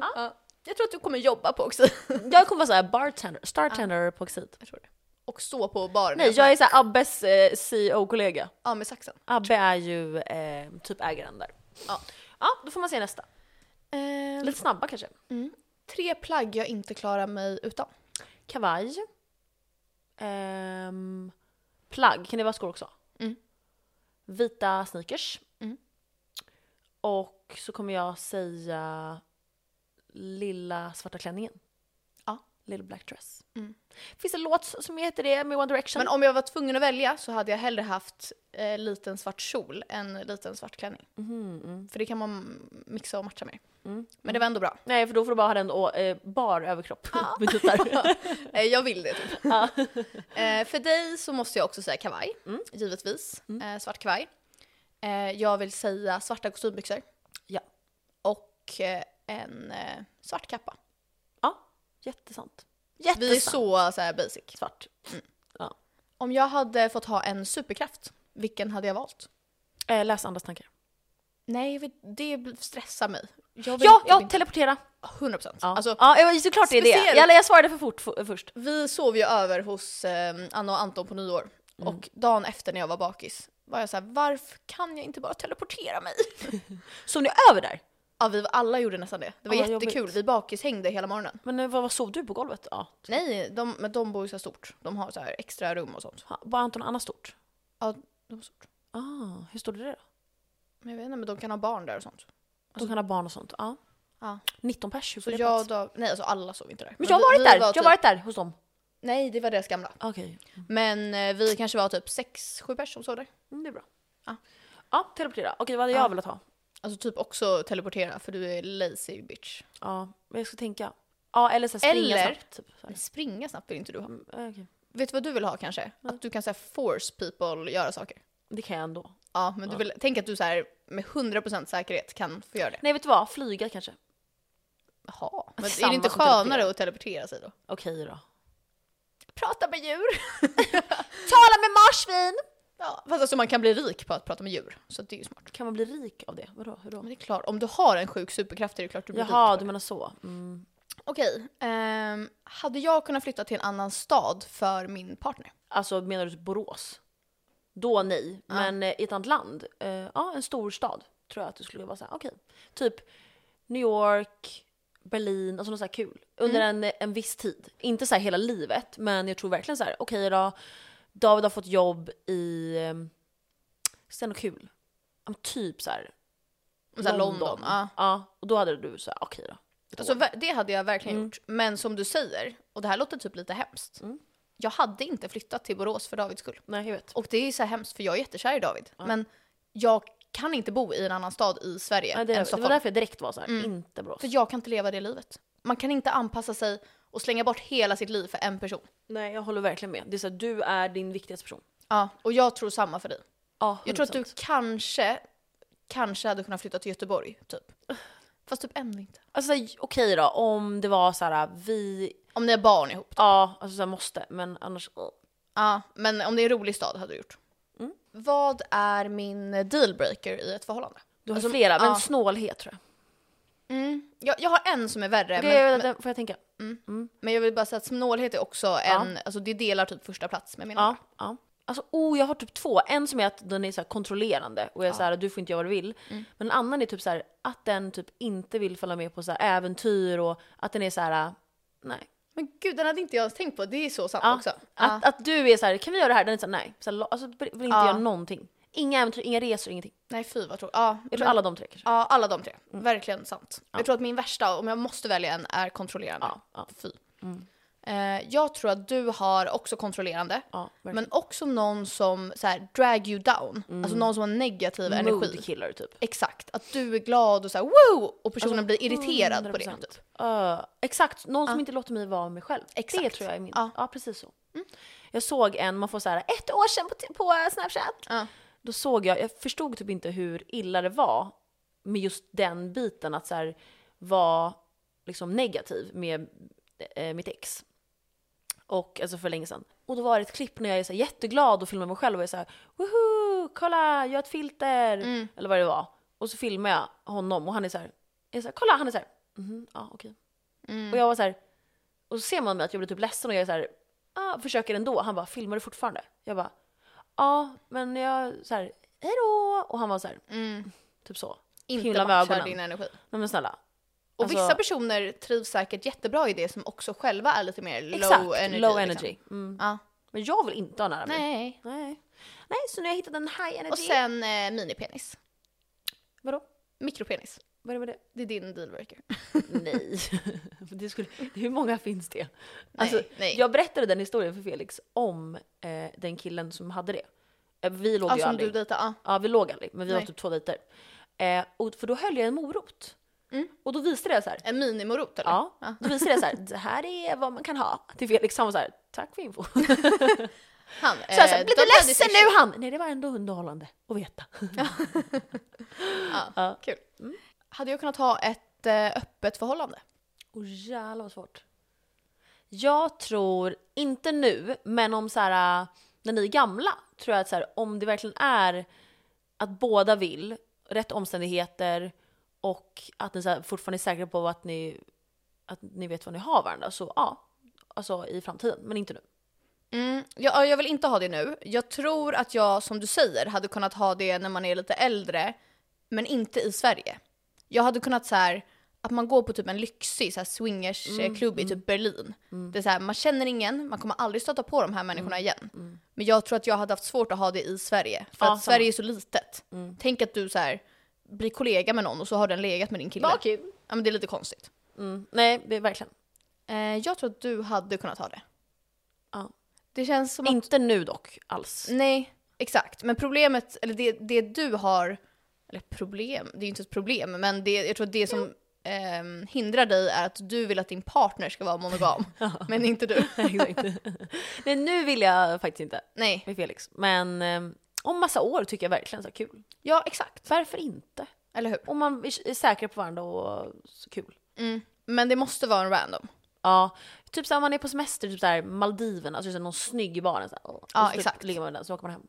[SPEAKER 2] Ja. Jag tror att du kommer jobba på oxid.
[SPEAKER 1] Jag kommer vara såhär bartender, startender på oxid.
[SPEAKER 2] Jag tror det. Och stå på baren.
[SPEAKER 1] Nej, jag är såhär Abbes eh, CEO-kollega.
[SPEAKER 2] Ja, med saxen.
[SPEAKER 1] Abbe är ju eh, typ ägaren där.
[SPEAKER 2] Ja.
[SPEAKER 1] Ja, då får man se nästa. Lite snabba kanske.
[SPEAKER 2] Tre plagg jag inte klarar mig utan.
[SPEAKER 1] Kavaj. Ehm, plagg, kan det vara skor också?
[SPEAKER 2] Mm.
[SPEAKER 1] Vita sneakers.
[SPEAKER 2] Mm.
[SPEAKER 1] Och så kommer jag säga lilla svarta klänningen.
[SPEAKER 2] Ja.
[SPEAKER 1] Little black dress.
[SPEAKER 2] Mm.
[SPEAKER 1] Finns det en låt som heter det med One Direction?
[SPEAKER 2] Men om jag var tvungen att välja så hade jag hellre haft eh, liten svart kjol än liten svart klänning.
[SPEAKER 1] Mhm, mm.
[SPEAKER 2] För det kan man mixa och matcha med.
[SPEAKER 1] Mm.
[SPEAKER 2] Men det var ändå bra.
[SPEAKER 1] Nej, för då får du bara ha den å- eh, bar överkropp
[SPEAKER 2] Ja.
[SPEAKER 1] med tuttar.
[SPEAKER 2] Eh, jag vill det typ.
[SPEAKER 1] Ja.
[SPEAKER 2] eh, för dig så måste jag också säga kavaj,
[SPEAKER 1] Mm.
[SPEAKER 2] givetvis. Eh, svart kavaj. Eh, jag vill säga svarta kostymbyxor.
[SPEAKER 1] Ja.
[SPEAKER 2] Och eh, en eh, svart kappa.
[SPEAKER 1] Jättesant.
[SPEAKER 2] Vi är så, så här, basic.
[SPEAKER 1] svart.
[SPEAKER 2] Om jag hade fått ha en superkraft, vilken hade jag valt?
[SPEAKER 1] Eh, läs andras tankar.
[SPEAKER 2] Nej, vi- det stressar mig. Jag vill
[SPEAKER 1] Ja,
[SPEAKER 2] typ
[SPEAKER 1] ja,
[SPEAKER 2] inte-
[SPEAKER 1] teleportera.
[SPEAKER 2] 100%.
[SPEAKER 1] Ja,
[SPEAKER 2] Alltså,
[SPEAKER 1] ja jag- såklart det är det.
[SPEAKER 2] speciellt-
[SPEAKER 1] Jag, jag svarade för fort f- först.
[SPEAKER 2] Vi sov ju över hos eh, Anna och Anton på nyår.
[SPEAKER 1] Mm.
[SPEAKER 2] Och dagen efter när jag var bakis var jag så här, varför kan jag inte bara teleportera mig?
[SPEAKER 1] Sov ni över där?
[SPEAKER 2] Ja, vi var- alla gjorde nästan det. Det var
[SPEAKER 1] Ja, vad
[SPEAKER 2] jättekul.
[SPEAKER 1] jobbigt.
[SPEAKER 2] Vi bakishängde hela morgonen.
[SPEAKER 1] Men eh, vad, vad sov du på golvet? Ja.
[SPEAKER 2] Nej, de, men de bor ju så här stort. De har så här extra rum och sånt.
[SPEAKER 1] Ha, Var Anton och Anna stort?
[SPEAKER 2] Ja, de har stort.
[SPEAKER 1] Ah, hur stod det där då?
[SPEAKER 2] Men jag vet inte, men de kan ha barn där och sånt.
[SPEAKER 1] De kan ha barn och sånt. Ja.
[SPEAKER 2] Alltså, Ja.
[SPEAKER 1] 19 pers, hur
[SPEAKER 2] Så
[SPEAKER 1] får det
[SPEAKER 2] jag
[SPEAKER 1] plats?
[SPEAKER 2] och Dav- nej alltså alla sov inte där.
[SPEAKER 1] Men jag har
[SPEAKER 2] vi-
[SPEAKER 1] varit
[SPEAKER 2] vi
[SPEAKER 1] där! Jag
[SPEAKER 2] var
[SPEAKER 1] har
[SPEAKER 2] typ-
[SPEAKER 1] varit där hos dem.
[SPEAKER 2] Nej, det var deras gamla.
[SPEAKER 1] Okej.
[SPEAKER 2] Men eh, vi kanske var typ sex, sju personer som sov där.
[SPEAKER 1] Mm, det är bra.
[SPEAKER 2] Ja.
[SPEAKER 1] Ja, teleportera. Okej, vad hade jag
[SPEAKER 2] Ja.
[SPEAKER 1] velat ha?
[SPEAKER 2] Alltså typ också teleportera för du är lazy bitch.
[SPEAKER 1] Ja, men jag ska tänka. Ja, eller så här, springa
[SPEAKER 2] Eller-
[SPEAKER 1] snabbt. Typ, så
[SPEAKER 2] Men
[SPEAKER 1] här.
[SPEAKER 2] springa snabbt vill inte du ha.
[SPEAKER 1] Mm, okej.
[SPEAKER 2] Vet du vad du vill ha kanske? Att du kan säga force people göra saker.
[SPEAKER 1] Det kan jag ändå.
[SPEAKER 2] Ja, men du vill, tänk att du så här med 100% säkerhet kan få göra det.
[SPEAKER 1] Nej, vet du vad? Flyga kanske.
[SPEAKER 2] Jaha. Men typ är
[SPEAKER 1] Samma
[SPEAKER 2] det inte
[SPEAKER 1] som teleportera.
[SPEAKER 2] skönare att teleportera sig då?
[SPEAKER 1] Okej då.
[SPEAKER 2] Prata med djur!
[SPEAKER 1] Tala med marsvin!
[SPEAKER 2] Ja, fast alltså man kan bli rik på att prata med djur, så det är ju smart.
[SPEAKER 1] Kan man bli rik av det? Vadå? Hur
[SPEAKER 2] Men
[SPEAKER 1] då?
[SPEAKER 2] det är klart, om du har en sjuk superkraft är det klart du blir
[SPEAKER 1] Jaha,
[SPEAKER 2] rik.
[SPEAKER 1] du menar så. Mm.
[SPEAKER 2] Okej, ehm, hade jag kunnat flytta till en annan stad för min partner?
[SPEAKER 1] Alltså, menar du Borås? Då nej,
[SPEAKER 2] Ja.
[SPEAKER 1] men eh, i ett annat land? Eh, ja, en stor stad tror jag att du skulle vara så här. Okej, typ New York, Berlin, alltså något så här kul. Under
[SPEAKER 2] Mm.
[SPEAKER 1] en, en viss tid. Inte så här hela livet, men jag tror verkligen så här. Okej då, David har fått jobb i eh, Sten och kul. Ja, men Typ så här.
[SPEAKER 2] Så här London. ja.
[SPEAKER 1] ja. Och då hade du så här, okej då. ett
[SPEAKER 2] Alltså,
[SPEAKER 1] år.
[SPEAKER 2] ver- det hade jag verkligen gjort. Men som du säger, och det här låter typ lite hemskt. Jag hade inte flyttat till Borås för Davids skull.
[SPEAKER 1] Nej, jag vet.
[SPEAKER 2] Och det är så här hemskt för jag är jättekär i David. Men jag kan inte bo i en annan stad i Sverige
[SPEAKER 1] Ja, det,
[SPEAKER 2] än
[SPEAKER 1] det var
[SPEAKER 2] Stockholm.
[SPEAKER 1] därför jag direkt var så här, inte Borås.
[SPEAKER 2] Mm. För jag kan inte leva det livet. Man kan inte anpassa sig och slänga bort hela sitt liv för en person.
[SPEAKER 1] Nej, jag håller verkligen med. Det är så här, du är din viktigaste person.
[SPEAKER 2] Ja, och jag tror samma för dig.
[SPEAKER 1] Ja,
[SPEAKER 2] Jag tror att
[SPEAKER 1] 100%.
[SPEAKER 2] du kanske, kanske hade kunnat flytta till Göteborg, typ. Fast typ ändå inte.
[SPEAKER 1] Alltså okej då, om det var så här vi,
[SPEAKER 2] Om ni är barn ihop.
[SPEAKER 1] ja alltså så här, måste, men annars, uh. åh.
[SPEAKER 2] Ja, men om det är en rolig stad hade du gjort.
[SPEAKER 1] Mm.
[SPEAKER 2] Vad är min dealbreaker i ett förhållande?
[SPEAKER 1] du har
[SPEAKER 2] Alltså,
[SPEAKER 1] flera, men
[SPEAKER 2] ja.
[SPEAKER 1] snålhet tror jag.
[SPEAKER 2] Mm. Jag, jag har en som är värre,
[SPEAKER 1] Okej,
[SPEAKER 2] men,
[SPEAKER 1] vänta, får jag tänka?
[SPEAKER 2] men, men jag vill bara säga att snålhet är också en, alltså det delar typ första plats med min
[SPEAKER 1] Ja. ja. Alltså oh, jag har typ två, en som är att den är så här kontrollerande och är så här du får inte göra vad du vill. Men en annan är typ så här att den typ inte vill följa med på så här äventyr och att den är så här uh, nej.
[SPEAKER 2] Men gud, den hade inte jag tänkt på. Det är så sant
[SPEAKER 1] Ja.
[SPEAKER 2] också. Ja.
[SPEAKER 1] Att, att du är så här kan vi göra det här? Den är så här, nej, så här, la- alltså vill inte
[SPEAKER 2] Ja.
[SPEAKER 1] göra någonting. Inga äventyr, inga resor, ingenting.
[SPEAKER 2] Nej, fy vad tråkigt. Ja,
[SPEAKER 1] Jag
[SPEAKER 2] men-
[SPEAKER 1] tror alla de tre kanske.
[SPEAKER 2] ja, alla de tre.
[SPEAKER 1] Mm.
[SPEAKER 2] Verkligen sant. Jag tror att min värsta, om jag måste välja en, är kontrollerande.
[SPEAKER 1] Ja, ja. Mm.
[SPEAKER 2] Fy. Eh, jag tror att du har också kontrollerande.
[SPEAKER 1] Ja, verkligen. Mm.
[SPEAKER 2] Men också någon som så här, drag you down. Alltså någon som har negativ energi.
[SPEAKER 1] Mood killer typ.
[SPEAKER 2] Exakt, att du är glad och så här, wow! Och personen
[SPEAKER 1] Alltså,
[SPEAKER 2] blir irriterad på det.
[SPEAKER 1] 100%.
[SPEAKER 2] Typ.
[SPEAKER 1] Ja, exakt, någon som inte låter mig vara mig själv. Det
[SPEAKER 2] Exakt.
[SPEAKER 1] tror jag är min. Ja,
[SPEAKER 2] Ja. Mm.
[SPEAKER 1] precis så. Jag såg en, man får så här, ett år sedan på, på Snapchat.
[SPEAKER 2] Ja.
[SPEAKER 1] Då såg jag, jag förstod typ inte hur illa det var med just den biten att så här, vara liksom negativ med eh, mitt ex. Och alltså för länge sedan. Och då var det ett klipp när jag är så här jätteglad och filmar mig själv och är så här woho, kolla jag har ett filter.
[SPEAKER 2] Mm.
[SPEAKER 1] Eller vad det var. Och så filmar jag honom och han är så här, jag är så här kolla, han är så här, mhm, ja okej.
[SPEAKER 2] Mm.
[SPEAKER 1] Och jag var så här, och så ser man mig att jag blir typ ledsen och jag är så här, ah, försöker ändå. Han bara, filmar du fortfarande? Jag bara, ja men jag så här, hejdå. Och han var så här, typ så.
[SPEAKER 2] Mm. Inte
[SPEAKER 1] Himla med
[SPEAKER 2] matchar
[SPEAKER 1] ögonen.
[SPEAKER 2] din energi.
[SPEAKER 1] Nej men snälla.
[SPEAKER 2] Och
[SPEAKER 1] Alltså-
[SPEAKER 2] vissa personer trivs säkert jättebra i det som också själva är lite mer low
[SPEAKER 1] Exakt, low
[SPEAKER 2] energy.
[SPEAKER 1] energy.
[SPEAKER 2] liksom.
[SPEAKER 1] Mm.
[SPEAKER 2] Ja.
[SPEAKER 1] Men jag vill inte ha nära mig.
[SPEAKER 2] Nej.
[SPEAKER 1] Nej. Nej, så nu har jag hittat en high energy.
[SPEAKER 2] Och sen eh, minipenis.
[SPEAKER 1] Vadå?
[SPEAKER 2] Mikropenis.
[SPEAKER 1] Vad är det med det?
[SPEAKER 2] Det är din dealbreaker.
[SPEAKER 1] Nej. det skulle, hur många finns det? Alltså,
[SPEAKER 2] nej, nej.
[SPEAKER 1] Jag berättade den historien för Felix om eh, den killen som hade det. Eh, vi låg
[SPEAKER 2] ah,
[SPEAKER 1] ju
[SPEAKER 2] som du
[SPEAKER 1] aldrig.
[SPEAKER 2] dejtar? Ah.
[SPEAKER 1] Ja, vi låg aldrig, men vi var
[SPEAKER 2] Nej.
[SPEAKER 1] typ två dejter. Eh, och, för då höll jag en morot.
[SPEAKER 2] Mm.
[SPEAKER 1] Och då visade jag så här.
[SPEAKER 2] En minimorot eller?
[SPEAKER 1] Ja,
[SPEAKER 2] Ja.
[SPEAKER 1] då visade jag så här. Det här är vad man kan ha till Felix. Han var så här. Tack för info. Så
[SPEAKER 2] Han, eh,
[SPEAKER 1] jag så här, blir du
[SPEAKER 2] de hade
[SPEAKER 1] ledsen
[SPEAKER 2] session.
[SPEAKER 1] nu han? Nej, det var ändå underhållande att veta.
[SPEAKER 2] Ja,
[SPEAKER 1] Ja.
[SPEAKER 2] Kul.
[SPEAKER 1] Mm.
[SPEAKER 2] Hade jag kunnat ha ett eh, öppet förhållande?
[SPEAKER 1] Och jävlar vad svårt. Jag tror, inte nu, men om så här, äh, när ni är gamla, tror jag att så här, om det verkligen är att båda vill, rätt omständigheter och att ni så här, fortfarande är säkra på att ni, att ni vet vad ni har varandra, så ja. Alltså i framtiden, men inte nu.
[SPEAKER 2] Mm, jag, jag vill inte ha det nu. Jag tror att jag, som du säger, hade kunnat ha det när man är lite äldre, men inte i Sverige. Jag hade kunnat så här, att man går på typ en lyxig så här,
[SPEAKER 1] Mm,
[SPEAKER 2] swingersklubb i typ Berlin. Det är så här, man känner ingen, man kommer aldrig stöta på de här människorna
[SPEAKER 1] Mm.
[SPEAKER 2] igen. Men jag tror att jag hade haft svårt att ha det i Sverige, för
[SPEAKER 1] Ja,
[SPEAKER 2] att
[SPEAKER 1] samma. Mm.
[SPEAKER 2] Sverige är så litet. Tänk att du så här, blir kollega med någon och så har den legat med din kille.
[SPEAKER 1] kul.
[SPEAKER 2] Ja, men det är lite konstigt.
[SPEAKER 1] Mm, nej, det är verkligen.
[SPEAKER 2] Eh, jag tror att du hade kunnat ha det.
[SPEAKER 1] Ja.
[SPEAKER 2] Det känns som att
[SPEAKER 1] Inte nu dock, alls.
[SPEAKER 2] Nej, exakt. Men problemet, eller det, det du har, eller problem, det är ju inte ett problem, men det, jag tror att det som ehm, hindrar dig är att du vill att din partner ska vara monogam, men inte du.
[SPEAKER 1] Nej, exakt. nej, nu vill jag faktiskt inte
[SPEAKER 2] Nej,
[SPEAKER 1] med Felix. Men eh, om massa år tycker jag verkligen så här kul.
[SPEAKER 2] ja exakt.
[SPEAKER 1] Varför inte?
[SPEAKER 2] Eller hur?
[SPEAKER 1] Om man är är säker på varandra och så kul.
[SPEAKER 2] Mm. Men det måste vara en random.
[SPEAKER 1] Ja, typ såhär om man är på semester, typ såhär Maldiverna, så är det så här någon snygg i baren. Så här, åh.
[SPEAKER 2] Ja,
[SPEAKER 1] Och så
[SPEAKER 2] exakt.
[SPEAKER 1] Typ ligger man med den, så åker man hem.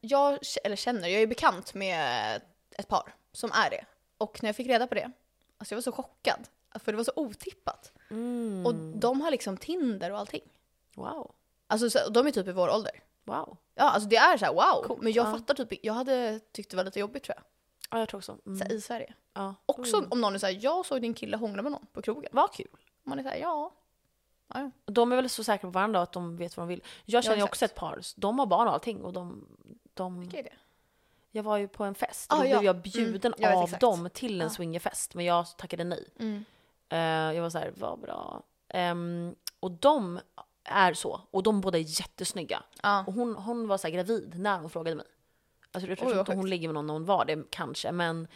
[SPEAKER 2] Jag, k- eller känner, jag är bekant med ett par som är det. Och när jag fick reda på det, alltså jag var så chockad. För det var så otippat. Och de har liksom Tinder och allting.
[SPEAKER 1] Mm. Wow,
[SPEAKER 2] Alltså så, och de är typ i vår ålder.
[SPEAKER 1] wow.
[SPEAKER 2] Ja, alltså det är så här wow.
[SPEAKER 1] Coolt,
[SPEAKER 2] men jag
[SPEAKER 1] ja.
[SPEAKER 2] fattar typ, jag hade tyckt det var lite jobbigt tror jag.
[SPEAKER 1] Ja, jag tror också. Mm.
[SPEAKER 2] Så här, I Sverige.
[SPEAKER 1] Ja.
[SPEAKER 2] Också
[SPEAKER 1] Mm.
[SPEAKER 2] om någon är såhär, jag såg din kille hångla med någon på krogen.
[SPEAKER 1] Vad kul.
[SPEAKER 2] Man är såhär, ja. Ja, ja.
[SPEAKER 1] De är väl så säkra på varandra att de vet vad de vill. Jag känner ju
[SPEAKER 2] exakt.
[SPEAKER 1] också ett par, de har barn och allting och de... de
[SPEAKER 2] Vilka är det?
[SPEAKER 1] jag var ju på en fest
[SPEAKER 2] Ah,
[SPEAKER 1] och då
[SPEAKER 2] ja.
[SPEAKER 1] blev jag bjuden
[SPEAKER 2] Mm, jag vet
[SPEAKER 1] av
[SPEAKER 2] exakt.
[SPEAKER 1] dem till en
[SPEAKER 2] Ja.
[SPEAKER 1] swingerfest men jag tackade nej.
[SPEAKER 2] Mm.
[SPEAKER 1] Eh, jag var så här, vad bra. Ehm, och de är så. Och de båda är jättesnygga.
[SPEAKER 2] Ja.
[SPEAKER 1] Och hon, hon var så här gravid när hon frågade mig. Alltså, jag tror
[SPEAKER 2] Oj, vad
[SPEAKER 1] inte hon
[SPEAKER 2] sjukt.
[SPEAKER 1] ligger med någon när hon var det kanske, men de,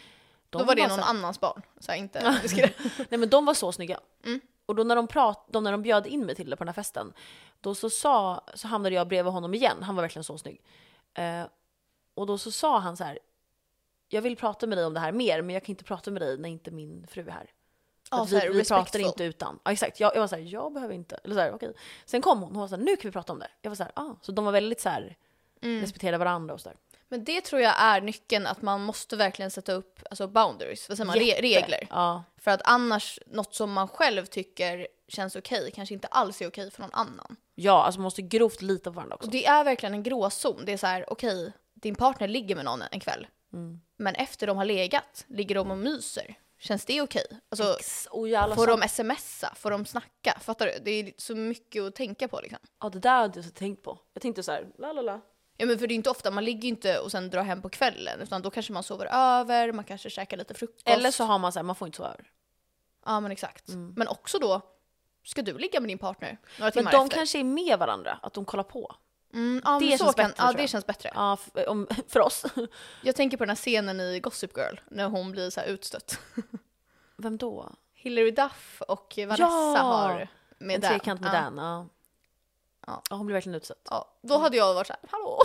[SPEAKER 2] Då var det
[SPEAKER 1] var
[SPEAKER 2] någon
[SPEAKER 1] så,
[SPEAKER 2] annans barn. Så här, inte... vi ska-
[SPEAKER 1] nej, men de var så snygga.
[SPEAKER 2] Mm.
[SPEAKER 1] Och då när de, prat, de, när de bjöd in mig till det på den här festen, då så, sa, så hamnade jag bredvid honom igen. Han var verkligen så snygg. Eh, och då så sa han så här, jag vill prata med dig om det här mer, men jag kan inte prata med dig när inte min fru är här.
[SPEAKER 2] Ja,
[SPEAKER 1] Att
[SPEAKER 2] så
[SPEAKER 1] vi,
[SPEAKER 2] här,
[SPEAKER 1] vi pratar
[SPEAKER 2] respectful.
[SPEAKER 1] inte utan. Ja, exakt. Jag, jag var såhär, jag behöver inte. Eller så här, okej. Sen kom hon och hon var såhär, nu kan vi prata om det. Jag var såhär, ah. Så de var väldigt såhär,
[SPEAKER 2] Mm.
[SPEAKER 1] respekterade varandra och sådär.
[SPEAKER 2] Men det tror jag är nyckeln, att man måste verkligen sätta upp alltså boundaries, vad säger man, re-
[SPEAKER 1] Jätte.
[SPEAKER 2] regler.
[SPEAKER 1] Ja,
[SPEAKER 2] För att annars, något som man själv tycker känns okej kanske inte alls är okej för någon annan.
[SPEAKER 1] ja alltså man måste grovt lita på varandra också.
[SPEAKER 2] Och det är verkligen en gråzon. Det är så här, okej, din partner ligger med någon en kväll.
[SPEAKER 1] Mm.
[SPEAKER 2] Men efter de har legat, ligger de och myser? Känns det okej? Alltså,
[SPEAKER 1] Ex- och jävla
[SPEAKER 2] får
[SPEAKER 1] så-
[SPEAKER 2] de smsa? Får de snacka? Fattar du? Det är så mycket att tänka på liksom.
[SPEAKER 1] Ja, det där hade jag inte tänkt på. Jag tänkte såhär, la la la.
[SPEAKER 2] Ja men för det är inte ofta, man ligger ju inte och sen drar hem på kvällen. Utan då kanske man sover över, man kanske käkar lite frukost.
[SPEAKER 1] Eller så har man såhär, man får inte sova över.
[SPEAKER 2] Ja men exakt. Men också då, ska du ligga med din partner några
[SPEAKER 1] Men
[SPEAKER 2] timmar
[SPEAKER 1] de
[SPEAKER 2] efter?
[SPEAKER 1] kanske är med varandra, att de kollar på.
[SPEAKER 2] Mm, ja,
[SPEAKER 1] Det
[SPEAKER 2] men så
[SPEAKER 1] känns
[SPEAKER 2] kan,
[SPEAKER 1] bättre,
[SPEAKER 2] ja
[SPEAKER 1] tror
[SPEAKER 2] det
[SPEAKER 1] jag.
[SPEAKER 2] känns bättre.
[SPEAKER 1] Ja, för, om, för oss.
[SPEAKER 2] Jag tänker på den här scenen i Gossip Girl, när hon blir så här utstött.
[SPEAKER 1] Vem då?
[SPEAKER 2] Hillary Duff och Vanessa
[SPEAKER 1] Ja!
[SPEAKER 2] har med
[SPEAKER 1] en
[SPEAKER 2] Dan.
[SPEAKER 1] trekant med
[SPEAKER 2] Ja.
[SPEAKER 1] Dan, ja.
[SPEAKER 2] Ja.
[SPEAKER 1] Ja. hon blev verkligen utsatt.
[SPEAKER 2] Ja, då hade jag varit såhär, hallå!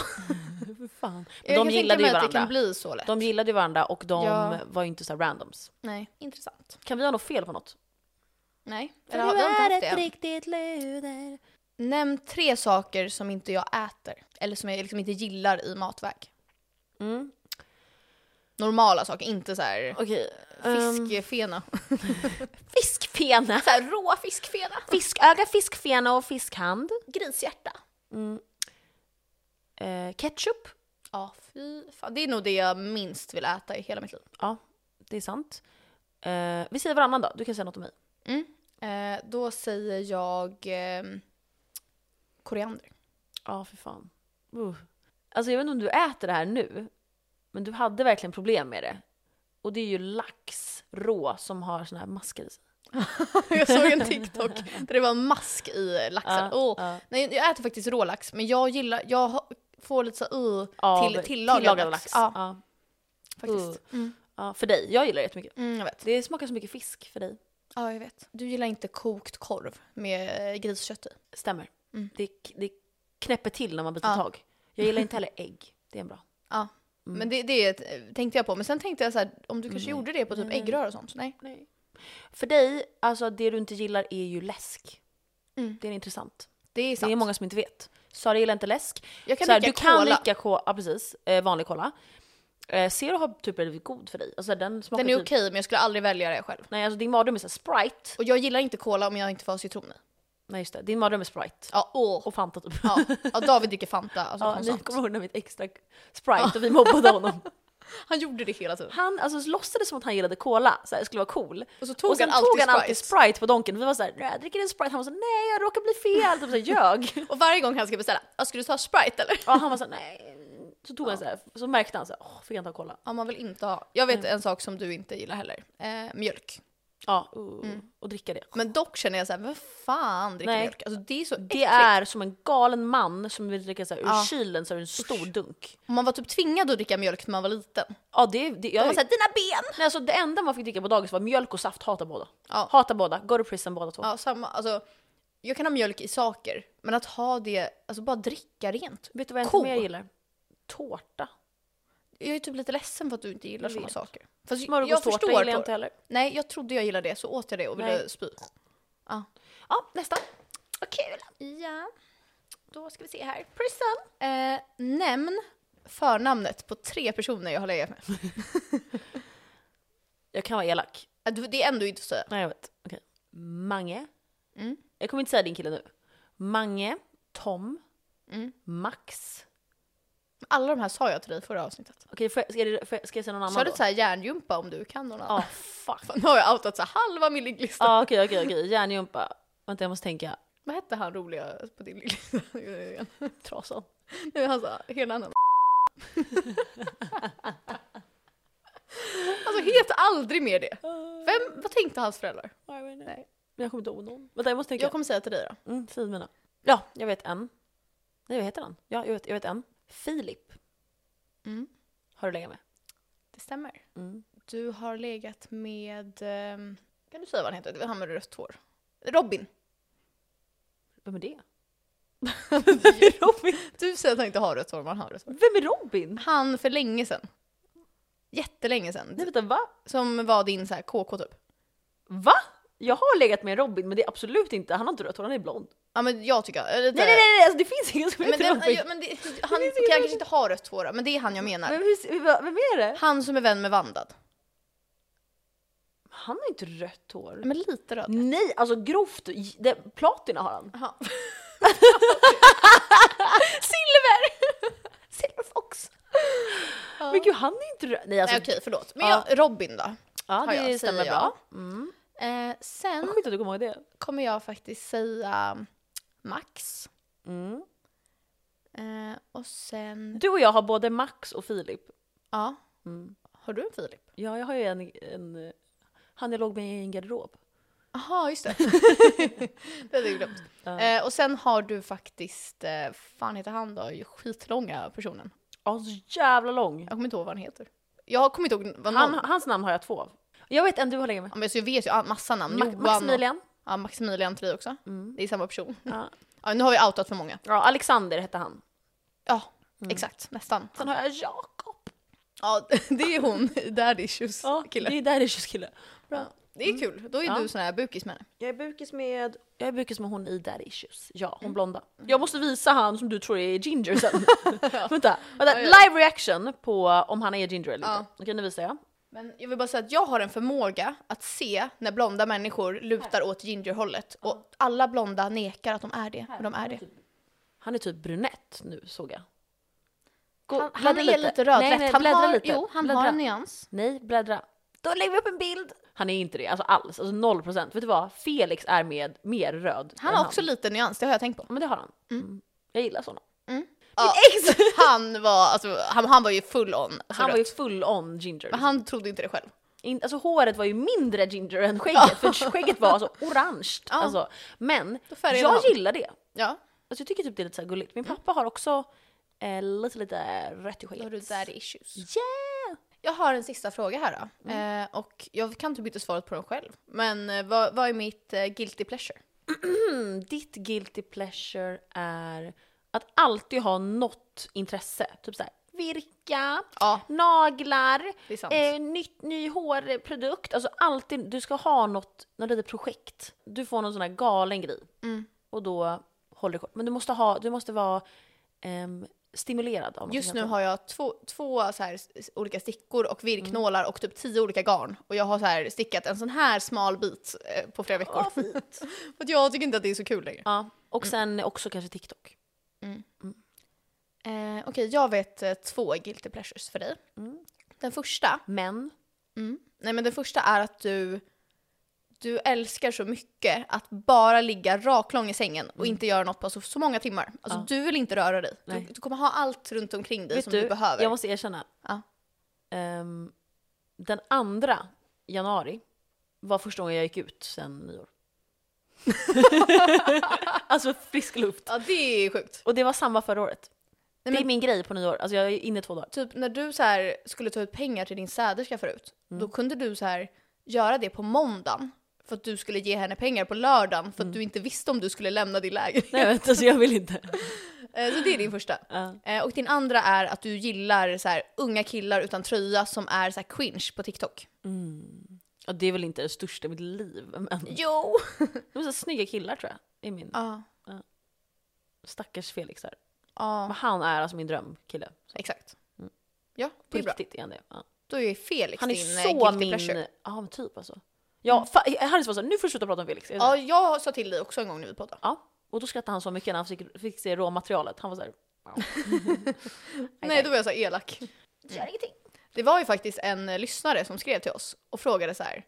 [SPEAKER 1] Fy Fan.
[SPEAKER 2] Jag
[SPEAKER 1] Men de
[SPEAKER 2] kan tänka
[SPEAKER 1] gillade
[SPEAKER 2] mig
[SPEAKER 1] ju
[SPEAKER 2] att det
[SPEAKER 1] varandra.
[SPEAKER 2] kan bli så lätt.
[SPEAKER 1] De gillade ju varandra och de
[SPEAKER 2] Ja.
[SPEAKER 1] var ju inte så här randoms.
[SPEAKER 2] Nej, intressant.
[SPEAKER 1] Kan vi ha något fel på något?
[SPEAKER 2] Nej, eller har vi har inte haft det än.
[SPEAKER 1] riktigt luder.
[SPEAKER 2] Nämn tre saker som inte jag äter, eller som jag liksom inte gillar i matväg.
[SPEAKER 1] Mm.
[SPEAKER 2] Normala saker, inte så här
[SPEAKER 1] Okej. ehm, Fisk.
[SPEAKER 2] fiskfena.
[SPEAKER 1] fiskfena.
[SPEAKER 2] så här rå fiskfena.
[SPEAKER 1] Fisköga, fiskfena och fiskhand.
[SPEAKER 2] Grishjärta.
[SPEAKER 1] Mm. Eh, ketchup.
[SPEAKER 2] Ja, fy fan. Det är nog det jag minst vill äta i hela mitt liv.
[SPEAKER 1] Ja, det är sant. Eh, vi säger varannan då. Du kan säga något om mig.
[SPEAKER 2] Eh, då säger jag ehm, koriander.
[SPEAKER 1] Ja, för fan. Uh. Alltså jag vet inte om du äter det här nu, men du hade verkligen problem med det. Och det är ju lax rå som har såna här masker i sig.
[SPEAKER 2] jag såg en TikTok där det var en mask i laxen.
[SPEAKER 1] Ja,
[SPEAKER 2] Åh,
[SPEAKER 1] ja.
[SPEAKER 2] Nej, jag äter faktiskt rålax, men jag gillar, jag ha- får lite så uh,
[SPEAKER 1] Av
[SPEAKER 2] till, tillagad, lax. Ja,
[SPEAKER 1] Ja.
[SPEAKER 2] faktiskt.
[SPEAKER 1] Uh.
[SPEAKER 2] Mm.
[SPEAKER 1] ja, för dig. Jag gillar det jättemycket.
[SPEAKER 2] Mm, jag vet.
[SPEAKER 1] Det smakar så mycket fisk för dig.
[SPEAKER 2] Ja, jag vet. Du gillar inte kokt korv med eh, griskött i.
[SPEAKER 1] Stämmer.
[SPEAKER 2] Mm.
[SPEAKER 1] Det, det knäpper till när man biter
[SPEAKER 2] Ja.
[SPEAKER 1] tag. Jag gillar inte heller ägg. Det är en bra.
[SPEAKER 2] Ja.
[SPEAKER 1] Mm.
[SPEAKER 2] Men det, det eh, tänkte jag på. Men sen tänkte jag så här, om du kanske
[SPEAKER 1] Nej.
[SPEAKER 2] gjorde det på typ
[SPEAKER 1] Nej, nej.
[SPEAKER 2] äggröra och sånt. Nej.
[SPEAKER 1] Nej. För dig, alltså det du inte gillar är ju läsk.
[SPEAKER 2] Mm.
[SPEAKER 1] Det är intressant.
[SPEAKER 2] Det är sant.
[SPEAKER 1] Det är många som inte vet. Sara gillar inte läsk.
[SPEAKER 2] Jag kan
[SPEAKER 1] så här,
[SPEAKER 2] dricka
[SPEAKER 1] du kan
[SPEAKER 2] cola.
[SPEAKER 1] dricka cola, ja, precis, eh, vanlig cola. Eh, ser du har typ blivit god för dig. Alltså den smakar
[SPEAKER 2] Den är okej,
[SPEAKER 1] typ...
[SPEAKER 2] men jag skulle aldrig välja det själv.
[SPEAKER 1] Nej alltså din mardröm är så här, Sprite.
[SPEAKER 2] Och jag gillar inte cola om jag inte får ha citron i.
[SPEAKER 1] Nej just det, din mardröm är Sprite.
[SPEAKER 2] Ja, åh.
[SPEAKER 1] Och Fanta typ.
[SPEAKER 2] Ja. ja, David dricker Fanta. Alltså,
[SPEAKER 1] Ja, ni
[SPEAKER 2] konstant.
[SPEAKER 1] kommer ihåg när mitt extra Sprite och vi mobbade honom.
[SPEAKER 2] Han gjorde det hela tiden.
[SPEAKER 1] Han alltså, låtsades som att han gillade cola, så här, skulle vara cool.
[SPEAKER 2] Och så tog
[SPEAKER 1] Tog och sen
[SPEAKER 2] han alltid
[SPEAKER 1] tog han
[SPEAKER 2] Sprite.
[SPEAKER 1] alltid Sprite på Donken. Vi var såhär, jag dricker en Sprite. Han var såhär, nej jag råkar bli fel. Typ såhär, ljög.
[SPEAKER 2] Och varje gång han ska beställa, "Ja, ska du ta Sprite eller?
[SPEAKER 1] Ja, han var såhär, nej. Så tog han såhär, så märkte han såhär, åh, fick jag inte ha cola.
[SPEAKER 2] Ja, man vill inte ha. Jag vet en sak som du inte gillar heller. Eh, mjölk.
[SPEAKER 1] Ja, uh, och dricka det.
[SPEAKER 2] Men dock känner jag så här, vem fan dricker
[SPEAKER 1] Nej.
[SPEAKER 2] mjölk? Alltså det är så äckligt.
[SPEAKER 1] Det är som en galen man som vill dricka såhär, ur
[SPEAKER 2] Ja.
[SPEAKER 1] kylen så är det en stor dunk.
[SPEAKER 2] Om man var typ tvingad att dricka mjölk när man var liten.
[SPEAKER 1] Ja, det, det, jag,
[SPEAKER 2] Man var såhär, dina ben!
[SPEAKER 1] nej, alltså, det enda man fick dricka på dagis var mjölk och saft, hatar båda.
[SPEAKER 2] Ja.
[SPEAKER 1] Hatar båda, går to prison båda två.
[SPEAKER 2] Ja, samma. Alltså, jag kan ha mjölk i saker, men att ha det, alltså bara dricka rent.
[SPEAKER 1] Vet du vad jag
[SPEAKER 2] Ko.
[SPEAKER 1] inte mer gillar? Tårta.
[SPEAKER 2] Jag är typ lite ledsen för att du inte gillar
[SPEAKER 1] Jag
[SPEAKER 2] såna
[SPEAKER 1] vet.
[SPEAKER 2] saker. Fast
[SPEAKER 1] Smörgåstårta gillar jag
[SPEAKER 2] på-
[SPEAKER 1] inte heller.
[SPEAKER 2] Nej, jag trodde jag gillade det, så åt jag det och ville
[SPEAKER 1] Nej.
[SPEAKER 2] spy.
[SPEAKER 1] Ja, nästa.
[SPEAKER 2] Vad kul! Ja. Då ska vi se här. Prison. Eh, nämn förnamnet på tre personer jag har legat med.
[SPEAKER 1] Jag kan vara elak.
[SPEAKER 2] Eh, du- Det är ändå inte så...
[SPEAKER 1] Nej jag vet. Okej. Mange.
[SPEAKER 2] Mm.
[SPEAKER 1] Jag kommer inte säga din kille nu. Mange, Tom,
[SPEAKER 2] Mm.
[SPEAKER 1] Max.
[SPEAKER 2] Alla de här sa jag till dig förra avsnittet.
[SPEAKER 1] Okej, får jag- ska, jag- får jag- ska jag säga någon annan
[SPEAKER 2] Kör
[SPEAKER 1] då?
[SPEAKER 2] du så här järngympa om du kan någon
[SPEAKER 1] Ja,
[SPEAKER 2] annan?
[SPEAKER 1] fuck.
[SPEAKER 2] Fan, Nu har jag outat så här halva min ligglista.
[SPEAKER 1] Ja, okej, okej, okej. Järngympa. Vänta, jag måste tänka.
[SPEAKER 2] Vad hette han roliga på din ligglista?
[SPEAKER 1] Trasan.
[SPEAKER 2] Nej, han sa hela namnet. alltså het aldrig mer det. Vem, vad tänkte hans föräldrar?
[SPEAKER 1] Nej. Jag kommer inte ihåg någon. Vänta, jag måste tänka.
[SPEAKER 2] Jag kommer säga till dig då.
[SPEAKER 1] Mm, säg mina. Ja, jag vet en. Nej, vad heter han? Ja, jag vet, jag vet en. Filip
[SPEAKER 2] Mm,
[SPEAKER 1] har du legat med.
[SPEAKER 2] det stämmer.
[SPEAKER 1] Mm.
[SPEAKER 2] Du har legat med... ehm, Kan du säga vad han heter? Det var han med rött hår. Robin.
[SPEAKER 1] Vem är det?
[SPEAKER 2] Robin. Du säger att han inte har rött hår, men han har rött hår.
[SPEAKER 1] Vem är Robin?
[SPEAKER 2] Han för länge sedan. Jättelänge sedan.
[SPEAKER 1] Nej, vänta, va?
[SPEAKER 2] Som var din så här KK typ.
[SPEAKER 1] Va? Jag har legat med Robin, men det är absolut inte. Han har inte rött hår, han är blond.
[SPEAKER 2] Ja men jag tycker... Eller,
[SPEAKER 1] Nej nej nej, nej alltså det finns ingen som
[SPEAKER 2] Men,
[SPEAKER 1] heter
[SPEAKER 2] den,
[SPEAKER 1] Robin.
[SPEAKER 2] ja, men det, han kan kanske inte ha rött hår, men det är han jag menar.
[SPEAKER 1] Men hur, hur, vad- vem är det?
[SPEAKER 2] Han som är vän med Vandad.
[SPEAKER 1] Han har inte rött hår.
[SPEAKER 2] Men lite röd.
[SPEAKER 1] Nej, alltså grovt. j- Det, platina har han.
[SPEAKER 2] Jaha.
[SPEAKER 1] Silver! Silverfox.
[SPEAKER 2] Ja.
[SPEAKER 1] Men gud, han är inte rött. Nej alltså.
[SPEAKER 2] Nej okej, förlåt. Men
[SPEAKER 1] Ja.
[SPEAKER 2] jag, Robin då.
[SPEAKER 1] Ja,
[SPEAKER 2] Har
[SPEAKER 1] det
[SPEAKER 2] jag,
[SPEAKER 1] stämmer
[SPEAKER 2] säger
[SPEAKER 1] bra. Mm.
[SPEAKER 2] Eh, sen
[SPEAKER 1] Sjukt att du kommer ihåg det.
[SPEAKER 2] kommer jag faktiskt säga Max.
[SPEAKER 1] Mm.
[SPEAKER 2] Eh, och sen...
[SPEAKER 1] Du och jag har både Max och Filip.
[SPEAKER 2] Ja.
[SPEAKER 1] Mm.
[SPEAKER 2] Har du en Filip?
[SPEAKER 1] Ja, jag har ju en, en... Han jag låg med i en garderob.
[SPEAKER 2] Jaha, just det. det hade jag glömt.
[SPEAKER 1] Ja.
[SPEAKER 2] Eh, och sen har du faktiskt, eh, fan heter han då, skitlånga personen.
[SPEAKER 1] Ja, så jävla lång.
[SPEAKER 2] Jag kommer inte ihåg vad han heter. Jag kommer inte ihåg vad någon...
[SPEAKER 1] Han, hans namn har jag två av. Jag vet en du har legat med.
[SPEAKER 2] Ja, men så jag vet ju ah, massa namn.
[SPEAKER 1] Ma-
[SPEAKER 2] Johan och-
[SPEAKER 1] Maximilian.
[SPEAKER 2] Ja, Maximilian till dig också.
[SPEAKER 1] Mm.
[SPEAKER 2] Det är samma person.
[SPEAKER 1] Ja.
[SPEAKER 2] Ja, nu har vi outat för många.
[SPEAKER 1] Ja, Alexander hette han.
[SPEAKER 2] Ja,
[SPEAKER 1] Mm.
[SPEAKER 2] exakt. Nästan.
[SPEAKER 1] Sen har jag Jakob.
[SPEAKER 2] Ja, det är hon i Daddy Issues
[SPEAKER 1] Ja,
[SPEAKER 2] kille.
[SPEAKER 1] det är där det är kille.
[SPEAKER 2] Ja, det är kul. Då är
[SPEAKER 1] Ja.
[SPEAKER 2] du sån här bukis med henne.
[SPEAKER 1] Jag är bukis med, Mm. jag är bukis med hon i Daddy Issues. Ja, hon blonda. Jag måste visa han som du tror är ginger sen. vänta, vänta.
[SPEAKER 2] Ja, ja.
[SPEAKER 1] Live reaction på om han är ginger eller
[SPEAKER 2] Ja.
[SPEAKER 1] inte. Okej, nu visar jag.
[SPEAKER 2] Men jag vill bara säga att jag har en förmåga att se när blonda människor lutar åt gingerhållet. Och alla blonda nekar att de är det, men de är det.
[SPEAKER 1] Han är typ brunett nu såg jag. Gå-
[SPEAKER 2] Han, han
[SPEAKER 1] bläddra
[SPEAKER 2] är lite, rödlätt.
[SPEAKER 1] Nej, nej,
[SPEAKER 2] han
[SPEAKER 1] bläddra
[SPEAKER 2] har,
[SPEAKER 1] lite.
[SPEAKER 2] Jo, han
[SPEAKER 1] bläddra.
[SPEAKER 2] har en nyans.
[SPEAKER 1] Nej, bläddra. Då lägger vi upp en bild. Han är inte det, alltså alls. Alltså 0%. Vet du vad? Felix är med mer röd
[SPEAKER 2] Han Mm.
[SPEAKER 1] än
[SPEAKER 2] har också lite nyans, det har jag tänkt på.
[SPEAKER 1] Ja, men det har han. Mm. Jag gillar sådana.
[SPEAKER 2] Mm. Ja,
[SPEAKER 1] Mitt ex!
[SPEAKER 2] han, var, alltså, han, han var ju full on. Alltså,
[SPEAKER 1] Han var ju
[SPEAKER 2] rött.
[SPEAKER 1] full on ginger.
[SPEAKER 2] Men han trodde inte det själv.
[SPEAKER 1] In, alltså håret var ju mindre ginger än skägget, för skägget var alltså orange. Alltså. Men
[SPEAKER 2] färgade
[SPEAKER 1] jag
[SPEAKER 2] han.
[SPEAKER 1] gillar det.
[SPEAKER 2] Ja.
[SPEAKER 1] Alltså, jag tycker typ det är lite så här gulligt. Min pappa har också eh, lite, lite rött i
[SPEAKER 2] Mm. Då har du
[SPEAKER 1] skägget.
[SPEAKER 2] daddy issues.
[SPEAKER 1] Yeah! Mm.
[SPEAKER 2] Jag har en sista fråga här då. Eh, och jag kan typ inte svara på den själv. Men eh, vad, vad är mitt eh, guilty pleasure?
[SPEAKER 1] Mm, ditt guilty pleasure är att alltid ha något intresse. Typ såhär virka,
[SPEAKER 2] Ja,
[SPEAKER 1] naglar,
[SPEAKER 2] det är sant.
[SPEAKER 1] eh, nytt, ny hårprodukt. Alltså alltid, du ska ha något, något litet projekt. Du får någon sån här galen grej.
[SPEAKER 2] Mm.
[SPEAKER 1] Och då håller det kort. Men du måste, ha, du måste vara ehm, stimulerad av något
[SPEAKER 2] Just
[SPEAKER 1] helt
[SPEAKER 2] nu
[SPEAKER 1] annat.
[SPEAKER 2] har jag två, två så här s- olika stickor och virknålar
[SPEAKER 1] Mm.
[SPEAKER 2] och typ tio olika garn. Och jag har så här stickat en sån här smal bit eh, på flera veckor.
[SPEAKER 1] Vad fint.
[SPEAKER 2] För att jag tycker inte att det är så kul längre.
[SPEAKER 1] Ja,
[SPEAKER 2] Mm.
[SPEAKER 1] och sen också kanske TikTok.
[SPEAKER 2] Eh, Okej, jag vet eh, två guilty pleasures för dig.
[SPEAKER 1] Mm.
[SPEAKER 2] Den första,
[SPEAKER 1] Men,
[SPEAKER 2] nej men den första är att du, du älskar så mycket att bara ligga raklång i sängen och inte göra något på så, så många timmar. Alltså
[SPEAKER 1] Mm. Ja.
[SPEAKER 2] du vill inte röra dig. Du,
[SPEAKER 1] Nej.
[SPEAKER 2] du kommer ha allt runt omkring dig
[SPEAKER 1] vet
[SPEAKER 2] som du, behöver.
[SPEAKER 1] jag måste erkänna.
[SPEAKER 2] Ja.
[SPEAKER 1] Ehm, den andra januari var första gången jag gick ut sen nyår. alltså frisk luft.
[SPEAKER 2] Ja, det är sjukt.
[SPEAKER 1] Och det var samma förra året.
[SPEAKER 2] Nej,
[SPEAKER 1] Det är
[SPEAKER 2] men,
[SPEAKER 1] min grej på nyår, alltså jag är inne två dagar.
[SPEAKER 2] typ när du så här skulle ta ut pengar till din städerska förut,
[SPEAKER 1] Mm.
[SPEAKER 2] då kunde du så här göra det på måndagen för att du skulle ge henne pengar på lördagen
[SPEAKER 1] Mm.
[SPEAKER 2] för att du inte visste om du skulle lämna din lägenhet.
[SPEAKER 1] Nej vänta, alltså jag vill inte.
[SPEAKER 2] Eh, Så det är din första.
[SPEAKER 1] Ja.
[SPEAKER 2] Eh, Och din andra är att du gillar så här, unga killar utan tröja som är så här, cringe på TikTok.
[SPEAKER 1] Mm. Ja, det är väl inte det största i mitt liv, men
[SPEAKER 2] Jo!
[SPEAKER 1] de är så snygga killar tror jag. är min
[SPEAKER 2] Ja,
[SPEAKER 1] stackars Felix här. Men
[SPEAKER 2] ja
[SPEAKER 1] han är alltså min drömkille.
[SPEAKER 2] exakt.
[SPEAKER 1] Mm.
[SPEAKER 2] Ja,
[SPEAKER 1] På
[SPEAKER 2] det är bra.
[SPEAKER 1] riktigt är han det. Ja.
[SPEAKER 2] Då är Felix
[SPEAKER 1] Han är
[SPEAKER 2] din eh,
[SPEAKER 1] så
[SPEAKER 2] guilty
[SPEAKER 1] min...
[SPEAKER 2] pleasure. Mm.
[SPEAKER 1] Ja men typ alltså. Ja, fa- Harris var såhär, nu får du sluta prata om Felix. Jag sa,
[SPEAKER 2] Ja, jag sa till dig också en gång när vi poddade.
[SPEAKER 1] ja. Och då skrattade han så mycket när han fick, fick se råmaterialet. Han var såhär,
[SPEAKER 2] Nej, då var jag så här elak.
[SPEAKER 1] gör ingenting.
[SPEAKER 2] Det var ju faktiskt en eh, lyssnare som skrev till oss och frågade så här.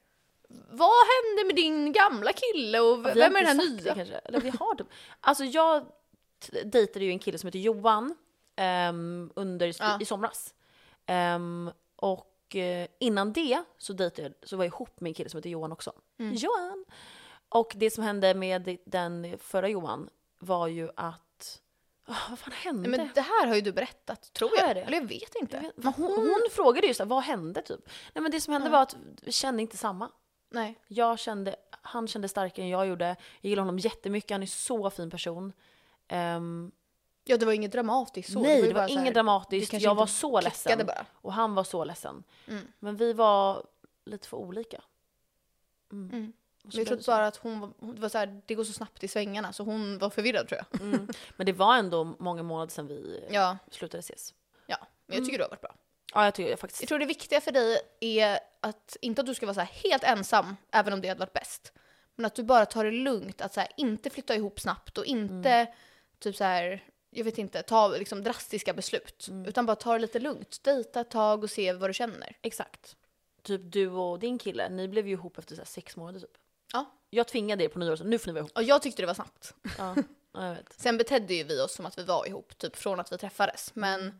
[SPEAKER 2] Vad hände med din gamla kille och v-
[SPEAKER 1] Vi har
[SPEAKER 2] vem är den här
[SPEAKER 1] inte sagt
[SPEAKER 2] nya?
[SPEAKER 1] Det, kanske. Eller vi har typ. Alltså jag t- dejtade ju en kille som heter Johan ehm, under,
[SPEAKER 2] Ja.
[SPEAKER 1] i somras. Ehm, och eh, innan det så, dejtade jag, så var jag ihop med en kille som heter Johan också.
[SPEAKER 2] Mm.
[SPEAKER 1] Johan! Och det som hände med den förra Johan var ju att... Ah, vad fan hände?
[SPEAKER 2] Nej, men det här har ju du berättat, tror
[SPEAKER 1] Har
[SPEAKER 2] jag.
[SPEAKER 1] jag det?
[SPEAKER 2] Eller jag vet inte.
[SPEAKER 1] Jag vet-
[SPEAKER 2] Men hon...
[SPEAKER 1] Hon frågade ju så här, vad hände typ? Nej men det som hände var att vi kände inte samma.
[SPEAKER 2] Nej.
[SPEAKER 1] Jag kände, han kände starkare än jag gjorde. Jag gillar honom jättemycket, han är så fin person. Ehm,
[SPEAKER 2] Ja, det var inget dramatiskt så.
[SPEAKER 1] nej, det
[SPEAKER 2] ju
[SPEAKER 1] var,
[SPEAKER 2] bara så här-
[SPEAKER 1] inget
[SPEAKER 2] det
[SPEAKER 1] dramatiskt.
[SPEAKER 2] kanske
[SPEAKER 1] Jag
[SPEAKER 2] inte
[SPEAKER 1] var så
[SPEAKER 2] klickade
[SPEAKER 1] ledsen.
[SPEAKER 2] bara.
[SPEAKER 1] Och han var så ledsen.
[SPEAKER 2] Mm.
[SPEAKER 1] Men vi var lite för olika. Mm.
[SPEAKER 2] Mm.
[SPEAKER 1] Och
[SPEAKER 2] Men
[SPEAKER 1] så blev
[SPEAKER 2] Jag trodde
[SPEAKER 1] det så.
[SPEAKER 2] bara att hon var, hon det var så här, det går så snabbt i svängarna så hon var förvirrad tror jag.
[SPEAKER 1] Mm. Men det var ändå många månader sedan vi eh,
[SPEAKER 2] Ja,
[SPEAKER 1] slutade ses.
[SPEAKER 2] men
[SPEAKER 1] Mm.
[SPEAKER 2] jag tycker du har varit bra.
[SPEAKER 1] Ja, jag tycker
[SPEAKER 2] Jag
[SPEAKER 1] faktiskt...
[SPEAKER 2] tror det viktiga för dig är att, inte att du ska vara så här helt ensam, även om det hade varit bäst. Men att du bara tar det lugnt, att så här, inte flytta ihop snabbt och inte typ så här, jag vet inte, ta liksom drastiska beslut. Utan bara ta det lite lugnt, dejta ett tag och se vad du känner.
[SPEAKER 1] Exakt. Typ du och din kille, ni blev ju ihop efter så här sex månader typ.
[SPEAKER 2] Ja.
[SPEAKER 1] Jag tvingade er på nyår, så nu får ni vara ihop.
[SPEAKER 2] Och jag tyckte det var snabbt.
[SPEAKER 1] Ja, ja, jag vet.
[SPEAKER 2] Sen betedde ju vi oss som att vi var ihop, typ från att vi träffades. Men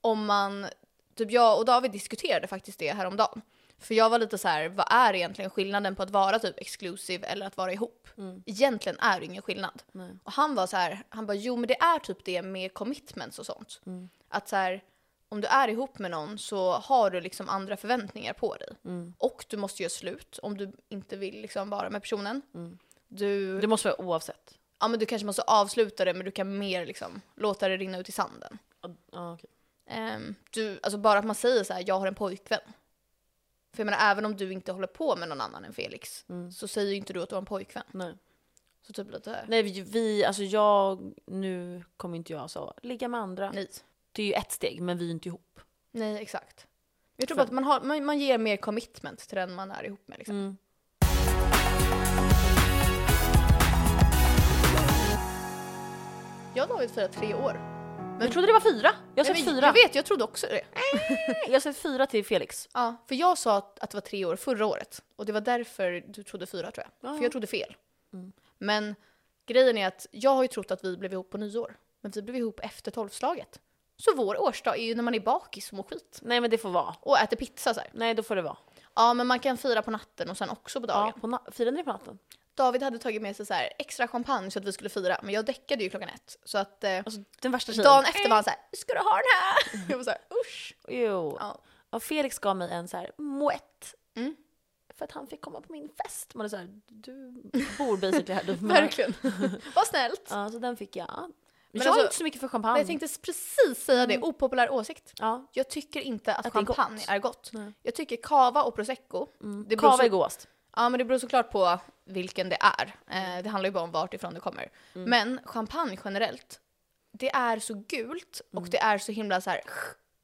[SPEAKER 2] om man, typ jag och David diskuterade faktiskt det häromdagen. För jag var lite så här, vad är egentligen skillnaden på att vara typ exclusive eller att vara ihop? Egentligen är det ingen skillnad.
[SPEAKER 1] Mm, Nej.
[SPEAKER 2] Och han var så här, han bara jo men det är typ det med commitments och sånt. Att så här, om du är ihop med någon så har du liksom andra förväntningar på dig.
[SPEAKER 1] Mm.
[SPEAKER 2] Och du måste göra slut om du inte vill liksom vara med personen. Du,
[SPEAKER 1] Det måste vara oavsett.
[SPEAKER 2] ja men du kanske måste avsluta det men du kan mer liksom låta det rinna ut i sanden.
[SPEAKER 1] Ja, Ja, okej.
[SPEAKER 2] Ehm, du, alltså bara att man säger så här, jag har en pojkvän. För jag menar även om du inte håller på med någon annan än Felix så säger ju inte du att du har en pojkvän.
[SPEAKER 1] Nej.
[SPEAKER 2] Så typ lite,
[SPEAKER 1] Nej, vi- vi, alltså jag, nu kommer inte jag alltså ligga med andra.
[SPEAKER 2] nej.
[SPEAKER 1] Det är ju ett steg, men vi är inte ihop.
[SPEAKER 2] Nej exakt. Jag tror
[SPEAKER 1] För-
[SPEAKER 2] bara att man, har, man, man ger mer commitment till den man är ihop med liksom.
[SPEAKER 1] Mm.
[SPEAKER 2] Jag och David firar tre år.
[SPEAKER 1] jag trodde det var fyra. Jag har
[SPEAKER 2] Nej,
[SPEAKER 1] sett
[SPEAKER 2] men
[SPEAKER 1] fyra.
[SPEAKER 2] Jag vet, jag trodde också det.
[SPEAKER 1] Jag har sett fyra till Felix.
[SPEAKER 2] Ja, för jag sa att, att det var tre år förra året och det var därför du trodde fyra tror jag.
[SPEAKER 1] Ja, Mm.
[SPEAKER 2] För
[SPEAKER 1] ja.
[SPEAKER 2] jag trodde fel. Men grejen är att jag har ju trott att vi blev ihop på nyår. Men vi blev ihop efter tolvslaget. Så vår årsdag är ju när man är bakis och mår skit.
[SPEAKER 1] Nej men det får vara.
[SPEAKER 2] Och äter pizza så här.
[SPEAKER 1] Nej då får det vara.
[SPEAKER 2] Ja men man kan fira på natten och sen också på dagen.
[SPEAKER 1] Ja, på na- firade ni på natten?
[SPEAKER 2] David hade tagit med sig så här extra champagne så att vi skulle fira men jag däckade ju klockan ett. Så att eh,
[SPEAKER 1] Alltså den värsta tjejen.
[SPEAKER 2] dagen efter var han så här “ska du ha den här?” Jag var så här usch.
[SPEAKER 1] Jo.
[SPEAKER 2] Ja.
[SPEAKER 1] Och Felix gav mig en så här moett.
[SPEAKER 2] Mm.
[SPEAKER 1] För att han fick komma på min fest. Man är så här, du bor basically här du.
[SPEAKER 2] Verkligen. Vad snällt.
[SPEAKER 1] Ja, så den fick jag. Men jag
[SPEAKER 2] alltså-
[SPEAKER 1] är inte så mycket för champagne.
[SPEAKER 2] Men jag tänkte precis säga det, opopulär åsikt.
[SPEAKER 1] ja.
[SPEAKER 2] Jag tycker inte att,
[SPEAKER 1] Mm. Att det är
[SPEAKER 2] champagne
[SPEAKER 1] gott.
[SPEAKER 2] är gott.
[SPEAKER 1] Nej.
[SPEAKER 2] Jag tycker cava och prosecco. Det beror
[SPEAKER 1] Cava
[SPEAKER 2] så-
[SPEAKER 1] mm. är godast.
[SPEAKER 2] Ja, men det beror såklart på vilken det är.
[SPEAKER 1] Mm.
[SPEAKER 2] Eh, det handlar ju bara om vart ifrån det kommer. Men champagne generellt, det är så gult och
[SPEAKER 1] Mm.
[SPEAKER 2] det är så himla så här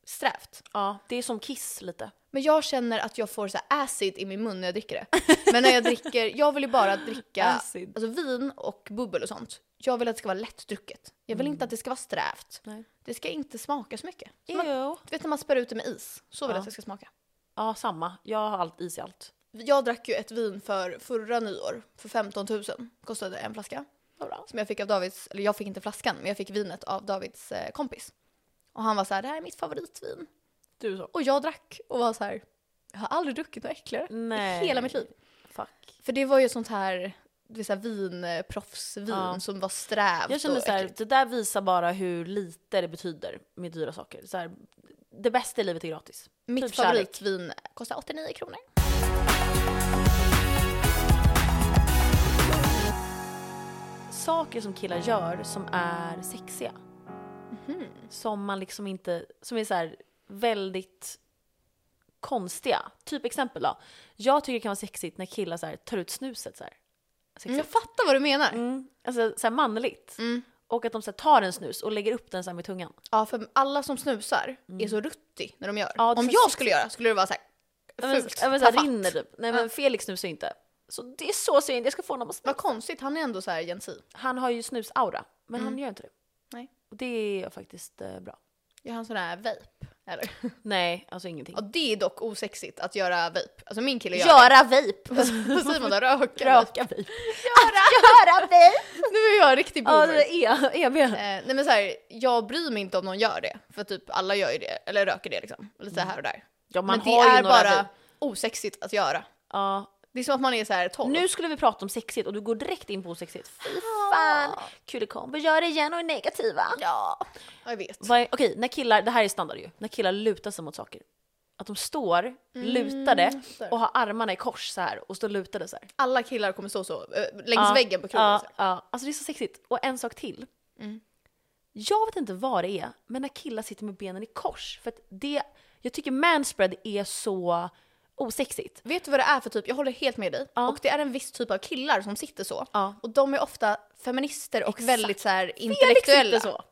[SPEAKER 2] strävt.
[SPEAKER 1] Ja, det är som kiss lite.
[SPEAKER 2] Men jag känner att jag får så här acid i min mun när jag dricker det. Men när jag dricker, jag vill ju bara dricka
[SPEAKER 1] Acid.
[SPEAKER 2] alltså vin och bubbel och sånt. Jag vill att det ska vara lättdrucket. Jag vill inte att det ska vara strävt.
[SPEAKER 1] Mm. Nej.
[SPEAKER 2] Det ska inte smaka så mycket. Som att,
[SPEAKER 1] Jo.
[SPEAKER 2] du vet när man spär ut det med is, så vill jag
[SPEAKER 1] Ja.
[SPEAKER 2] att det ska smaka.
[SPEAKER 1] Ja, samma. Jag har allt is i allt.
[SPEAKER 2] Jag drack ju ett vin för förra nyår för 15 000. Kostade en flaska.
[SPEAKER 1] Vad bra.
[SPEAKER 2] Som jag fick av Davids, eller jag fick inte flaskan, men jag fick vinet av Davids eh, kompis. Och han var så här, det här är mitt favoritvin.
[SPEAKER 1] Du så.
[SPEAKER 2] Och jag drack och var så här, jag har aldrig druckit något äckligare
[SPEAKER 1] Nej.
[SPEAKER 2] i hela mitt liv.
[SPEAKER 1] Fuck.
[SPEAKER 2] För det var ju sånt här, du vet så här vinproffsvin
[SPEAKER 1] Ja.
[SPEAKER 2] som var strävt
[SPEAKER 1] Jag känner
[SPEAKER 2] och
[SPEAKER 1] så här,
[SPEAKER 2] äckligt.
[SPEAKER 1] det där visar bara hur lite det betyder med dyra saker. Så här, det bästa i livet är gratis.
[SPEAKER 2] Mitt
[SPEAKER 1] typ kärlek.
[SPEAKER 2] favoritvin kostar 89 kronor.
[SPEAKER 1] Saker som killar gör som är sexiga. Mhm. Som man liksom inte, som är så här väldigt konstiga. Typ exempel då. Jag tycker det kan vara sexigt när killar så här, tar ut snuset så här. Sexigt.
[SPEAKER 2] Jag fattar vad du menar. Mm.
[SPEAKER 1] Mm. Alltså så här manligt. Och att de så här, tar en snus och lägger upp den så här med tungan.
[SPEAKER 2] Ja, för alla som snusar är så ruttig när de gör.
[SPEAKER 1] Mm. Ja, det
[SPEAKER 2] Om
[SPEAKER 1] känns
[SPEAKER 2] jag
[SPEAKER 1] sexigt.
[SPEAKER 2] skulle göra skulle det vara så här
[SPEAKER 1] Men,
[SPEAKER 2] fult,
[SPEAKER 1] ja, men så här,
[SPEAKER 2] tafatt.
[SPEAKER 1] rinner typ. Nej men Felix snusar ju inte. Så det är så synd, jag ska få honom att snusa.
[SPEAKER 2] Vad konstigt, han är ändå så här Gen Z.
[SPEAKER 1] Han har ju snusaura, men han gör inte det.
[SPEAKER 2] Mm. Nej.
[SPEAKER 1] Och det är faktiskt eh, bra.
[SPEAKER 2] Gör han sån här vape? Eller?
[SPEAKER 1] Nej, alltså ingenting.
[SPEAKER 2] Ja, det är dock osexigt att göra vape. Alltså min kille gör det.
[SPEAKER 1] Göra vape!
[SPEAKER 2] Vad säger man då? Röka? vape.
[SPEAKER 1] Röka vape.
[SPEAKER 2] Göra vape! Nu är jag en riktig
[SPEAKER 1] Ja,
[SPEAKER 2] boomer.
[SPEAKER 1] det är EB.
[SPEAKER 2] Eh, nej men så här, jag bryr mig inte om någon gör det. För typ alla gör ju det, eller röker det liksom. Lite så här och där.
[SPEAKER 1] Ja, Mm. man
[SPEAKER 2] men det
[SPEAKER 1] har ju
[SPEAKER 2] är
[SPEAKER 1] några
[SPEAKER 2] bara
[SPEAKER 1] vape.
[SPEAKER 2] osexigt att göra.
[SPEAKER 1] Ja.
[SPEAKER 2] Det är som att man är så här 12.
[SPEAKER 1] Nu skulle vi prata om sexigt och du går direkt in på osexigt. Fy fan! Kulekombo, gör det igen och är negativa.
[SPEAKER 2] Ja. ja, jag vet.
[SPEAKER 1] Vad är- Okej, när killar, det här är standard ju, när killar lutar sig mot saker. Att de
[SPEAKER 2] Mm,
[SPEAKER 1] står lutade
[SPEAKER 2] där.
[SPEAKER 1] och har armarna i kors så här och står lutade så här.
[SPEAKER 2] Alla killar kommer stå så, eh, längs
[SPEAKER 1] Ja,
[SPEAKER 2] väggen på krogen. Mm.
[SPEAKER 1] Ja,
[SPEAKER 2] så här.
[SPEAKER 1] ja. Alltså det är så sexigt. Och en sak till. Jag vet inte vad det är, men när killar sitter med benen i kors. För att det, jag tycker manspread är så osexigt.
[SPEAKER 2] Vet du vad det är för typ? Jag håller helt med dig.
[SPEAKER 1] Ja.
[SPEAKER 2] Och det är en viss typ av killar som sitter så.
[SPEAKER 1] Ja.
[SPEAKER 2] Och de är ofta feminister och
[SPEAKER 1] Exakt.
[SPEAKER 2] väldigt så här
[SPEAKER 1] Felix
[SPEAKER 2] intellektuella.
[SPEAKER 1] sitter liksom så.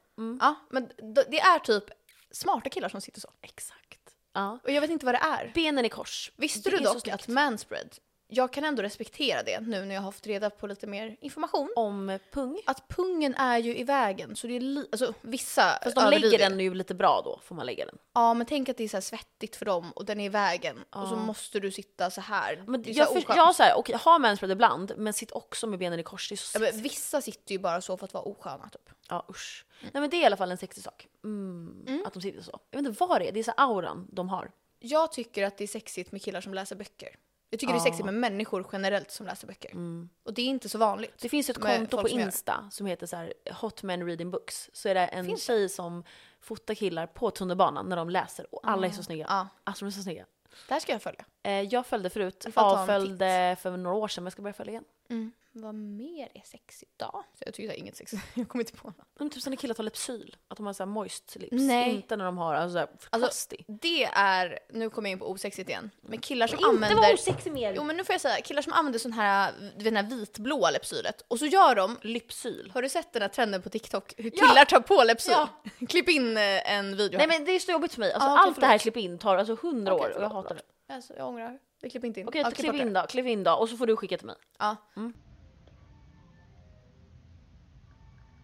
[SPEAKER 2] Ja, men d- det är typ smarta killar som sitter så.
[SPEAKER 1] Exakt. Ja.
[SPEAKER 2] Och jag vet inte vad det är.
[SPEAKER 1] Benen i kors.
[SPEAKER 2] Visste
[SPEAKER 1] Det
[SPEAKER 2] du
[SPEAKER 1] är så
[SPEAKER 2] dock
[SPEAKER 1] snyggt.
[SPEAKER 2] att manspread, jag kan ändå respektera det nu när jag har haft reda på lite mer information.
[SPEAKER 1] Om pung.
[SPEAKER 2] Att pungen är ju i vägen, så det är li- alltså vissa
[SPEAKER 1] Fast de
[SPEAKER 2] överdriver
[SPEAKER 1] lägger
[SPEAKER 2] det.
[SPEAKER 1] den ju lite bra då, får man lägga den.
[SPEAKER 2] Ja, men tänk att det är så här svettigt för dem och den är i vägen och så måste du sitta så här.
[SPEAKER 1] Men
[SPEAKER 2] det är
[SPEAKER 1] jag,
[SPEAKER 2] så
[SPEAKER 1] för,
[SPEAKER 2] här oskönt.
[SPEAKER 1] jag så här, okej, ha manspread ibland, men sitt också med benen i kors. Det är så
[SPEAKER 2] ja,
[SPEAKER 1] sexigt.
[SPEAKER 2] men vissa sitter ju bara så för att vara osköna typ.
[SPEAKER 1] Ja usch. Nej men det är i alla fall en sexig sak. Mm, Att de sitter så. Jag vet inte vad det är, det är så här auran de har.
[SPEAKER 2] Jag tycker att det är sexigt med killar som läser böcker. Jag tycker det är sexigt med människor generellt som läser böcker. Och det är inte så vanligt.
[SPEAKER 1] Det finns ju ett
[SPEAKER 2] Med
[SPEAKER 1] konto
[SPEAKER 2] folk
[SPEAKER 1] på
[SPEAKER 2] som gör.
[SPEAKER 1] Insta som heter så här, Hot Men Reading Books. Så är det en tjej som fotar killar på tunnelbanan när de läser och alla är
[SPEAKER 2] Ah.
[SPEAKER 1] så snygga.
[SPEAKER 2] Ja.
[SPEAKER 1] Alltså de är så snygga.
[SPEAKER 2] Det här ska jag följa.
[SPEAKER 1] Eh, jag följde förut,
[SPEAKER 2] Jag får ta en
[SPEAKER 1] avföljde för några år sedan men jag ska börja följa igen.
[SPEAKER 2] Mm. Vad mer är sexigt då? Så jag tycker det är inget sexigt. Jag kommer inte på något.
[SPEAKER 1] Men typ så när killar tar Lypsyl, att de har så här moist lips.
[SPEAKER 2] Nej.
[SPEAKER 1] Inte när de har alltså, så här, förkastig.
[SPEAKER 2] Det är, nu kommer jag in på osexigt igen. Men killar som
[SPEAKER 1] inte vara
[SPEAKER 2] använder...
[SPEAKER 1] osexig mer!
[SPEAKER 2] Jo men nu får jag säga, killar som använder sån här, du vet den här vitblåa läppsylet. Och så gör de...
[SPEAKER 1] Lypsyl.
[SPEAKER 2] Har du sett den här trenden på TikTok? Hur
[SPEAKER 1] Ja!
[SPEAKER 2] killar tar på läppsyl?
[SPEAKER 1] Ja.
[SPEAKER 2] Klipp in eh, en video
[SPEAKER 1] Nej men det är så jobbigt för mig. Alltså,
[SPEAKER 2] Ja, okej,
[SPEAKER 1] allt det här klipp in tar alltså hundra
[SPEAKER 2] Okej,
[SPEAKER 1] år och jag
[SPEAKER 2] förlåt,
[SPEAKER 1] hatar det.
[SPEAKER 2] här. Alltså, jag ångrar. Vi klipper inte in.
[SPEAKER 1] Okej,
[SPEAKER 2] Ja, klipp
[SPEAKER 1] kliv
[SPEAKER 2] bort det.
[SPEAKER 1] in då, kliv in då och så får du skicka till mig.
[SPEAKER 2] Ja.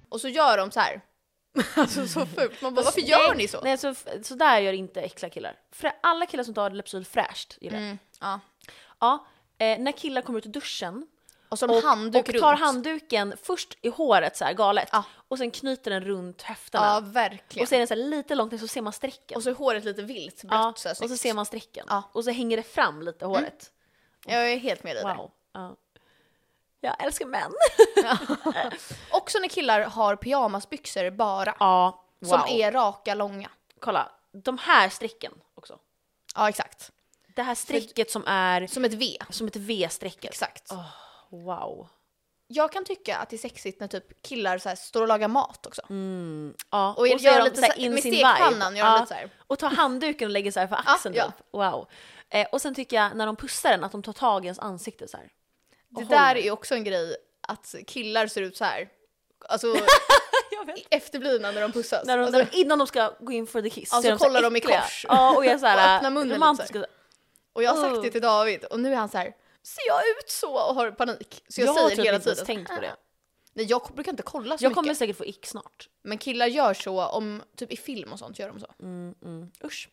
[SPEAKER 2] Och så gör de så här. Alltså så fult. Man bara, varför gör ni så?
[SPEAKER 1] Mm. Nej, så, så där gör inte äckliga killar. Frä, alla killar som tar Lypsyl fräscht gillar jag.
[SPEAKER 2] Mm, ja.
[SPEAKER 1] Ja, eh, när killar kommer ut ur duschen
[SPEAKER 2] Och Och så en
[SPEAKER 1] Och,
[SPEAKER 2] handduk
[SPEAKER 1] och tar
[SPEAKER 2] runt.
[SPEAKER 1] handduken först i håret så här galet
[SPEAKER 2] Ja.
[SPEAKER 1] och sen knyter den runt höfterna.
[SPEAKER 2] Ja, verkligen.
[SPEAKER 1] och så är den så här lite långt ner så ser man strecken.
[SPEAKER 2] Och så är håret lite vilt, blött
[SPEAKER 1] ja,
[SPEAKER 2] så här,
[SPEAKER 1] och så
[SPEAKER 2] snyggt.
[SPEAKER 1] ser man strecken.
[SPEAKER 2] Ja. Mm.
[SPEAKER 1] Och så hänger det fram lite håret.
[SPEAKER 2] Jag är helt med dig där.
[SPEAKER 1] Wow. Ja. Jag älskar män.
[SPEAKER 2] Också när killar har pyjamasbyxor bara.
[SPEAKER 1] Ja, wow.
[SPEAKER 2] Som är raka, långa.
[SPEAKER 1] Kolla, de här strecken också.
[SPEAKER 2] Ja, exakt.
[SPEAKER 1] Det här strecket som är
[SPEAKER 2] Som ett V.
[SPEAKER 1] som ett V-strecket.
[SPEAKER 2] Exakt.
[SPEAKER 1] Wow.
[SPEAKER 2] Jag kan tycka att det är sexigt när typ killar så här står och lagar mat också.
[SPEAKER 1] Ja, så
[SPEAKER 2] Och, gör
[SPEAKER 1] är de
[SPEAKER 2] lite
[SPEAKER 1] så
[SPEAKER 2] så
[SPEAKER 1] här
[SPEAKER 2] här, med stekpannan gör de lite så här.
[SPEAKER 1] Och tar handduken och lägger så här för
[SPEAKER 2] Ja,
[SPEAKER 1] axeln
[SPEAKER 2] ja.
[SPEAKER 1] typ. Wow. Eh, och sen tycker jag när de pussar den att de tar tag i ens ansikte så här.
[SPEAKER 2] Det
[SPEAKER 1] Och
[SPEAKER 2] där
[SPEAKER 1] håller.
[SPEAKER 2] är också en grej, att killar ser ut så här. Alltså
[SPEAKER 1] Jag vet.
[SPEAKER 2] efterblivna när de pussas.
[SPEAKER 1] När de,
[SPEAKER 2] alltså,
[SPEAKER 1] när de, innan de ska gå in för the kiss
[SPEAKER 2] Ja, så
[SPEAKER 1] är här
[SPEAKER 2] kollar de i
[SPEAKER 1] äckliga.
[SPEAKER 2] kors.
[SPEAKER 1] Ja, och är så här
[SPEAKER 2] Och öppnar munnen lite
[SPEAKER 1] romantiska.
[SPEAKER 2] så och jag har sagt
[SPEAKER 1] Oh.
[SPEAKER 2] det till David och nu är han så här. ser jag ut så och har panik? Så jag,
[SPEAKER 1] har
[SPEAKER 2] säger
[SPEAKER 1] typ
[SPEAKER 2] det hela
[SPEAKER 1] inte ens
[SPEAKER 2] tiden. "Äh."
[SPEAKER 1] tänkt på det.
[SPEAKER 2] Nej jag brukar inte kolla så
[SPEAKER 1] Jag kommer
[SPEAKER 2] mycket.
[SPEAKER 1] säkert få ick snart.
[SPEAKER 2] Men killar gör så om, typ i film och sånt gör de så.
[SPEAKER 1] Usch.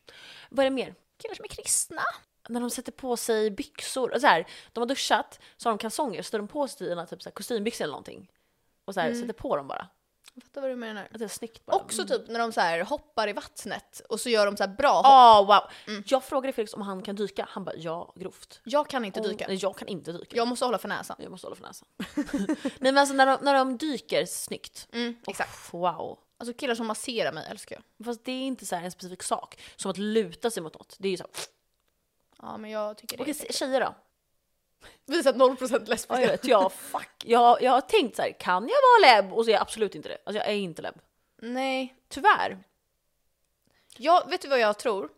[SPEAKER 1] Vad Mm. är det mer?
[SPEAKER 2] Killar som är kristna.
[SPEAKER 1] När de sätter på sig byxor, och så här, de har duschat, så har de kalsonger, så tar de på sig dina typ så här, kostymbyxor eller någonting. Och så här, sätter på dem bara.
[SPEAKER 2] Jag fattar vad du menar.
[SPEAKER 1] Att det är snyggt bara.
[SPEAKER 2] Mm. Också typ när de så här hoppar i vattnet och så gör de så här bra hopp.
[SPEAKER 1] Ah wow.
[SPEAKER 2] Mm.
[SPEAKER 1] Jag frågade Felix om han kan dyka, han bara ja, grovt.
[SPEAKER 2] Jag kan inte
[SPEAKER 1] Och-
[SPEAKER 2] dyka.
[SPEAKER 1] Nej, jag kan inte dyka.
[SPEAKER 2] Jag måste hålla för näsan.
[SPEAKER 1] Jag måste hålla för näsan. Nej men alltså när de, när de dyker snyggt.
[SPEAKER 2] Mm, Exakt.
[SPEAKER 1] Uff, wow.
[SPEAKER 2] Alltså killar som masserar mig älskar jag.
[SPEAKER 1] Fast det är inte så här en specifik sak. Som att luta sig mot något. Det är ju så här,
[SPEAKER 2] Ja men jag tycker det.
[SPEAKER 1] Okej tjejer då?
[SPEAKER 2] Visat 0%
[SPEAKER 1] Ja, jag
[SPEAKER 2] lesbiska.
[SPEAKER 1] vet, jag, fuck. Jag, jag har tänkt så här, kan jag vara leb? Och så är jag absolut inte det. Alltså jag är inte leb.
[SPEAKER 2] Nej.
[SPEAKER 1] Tyvärr.
[SPEAKER 2] Jag, vet du vad jag tror?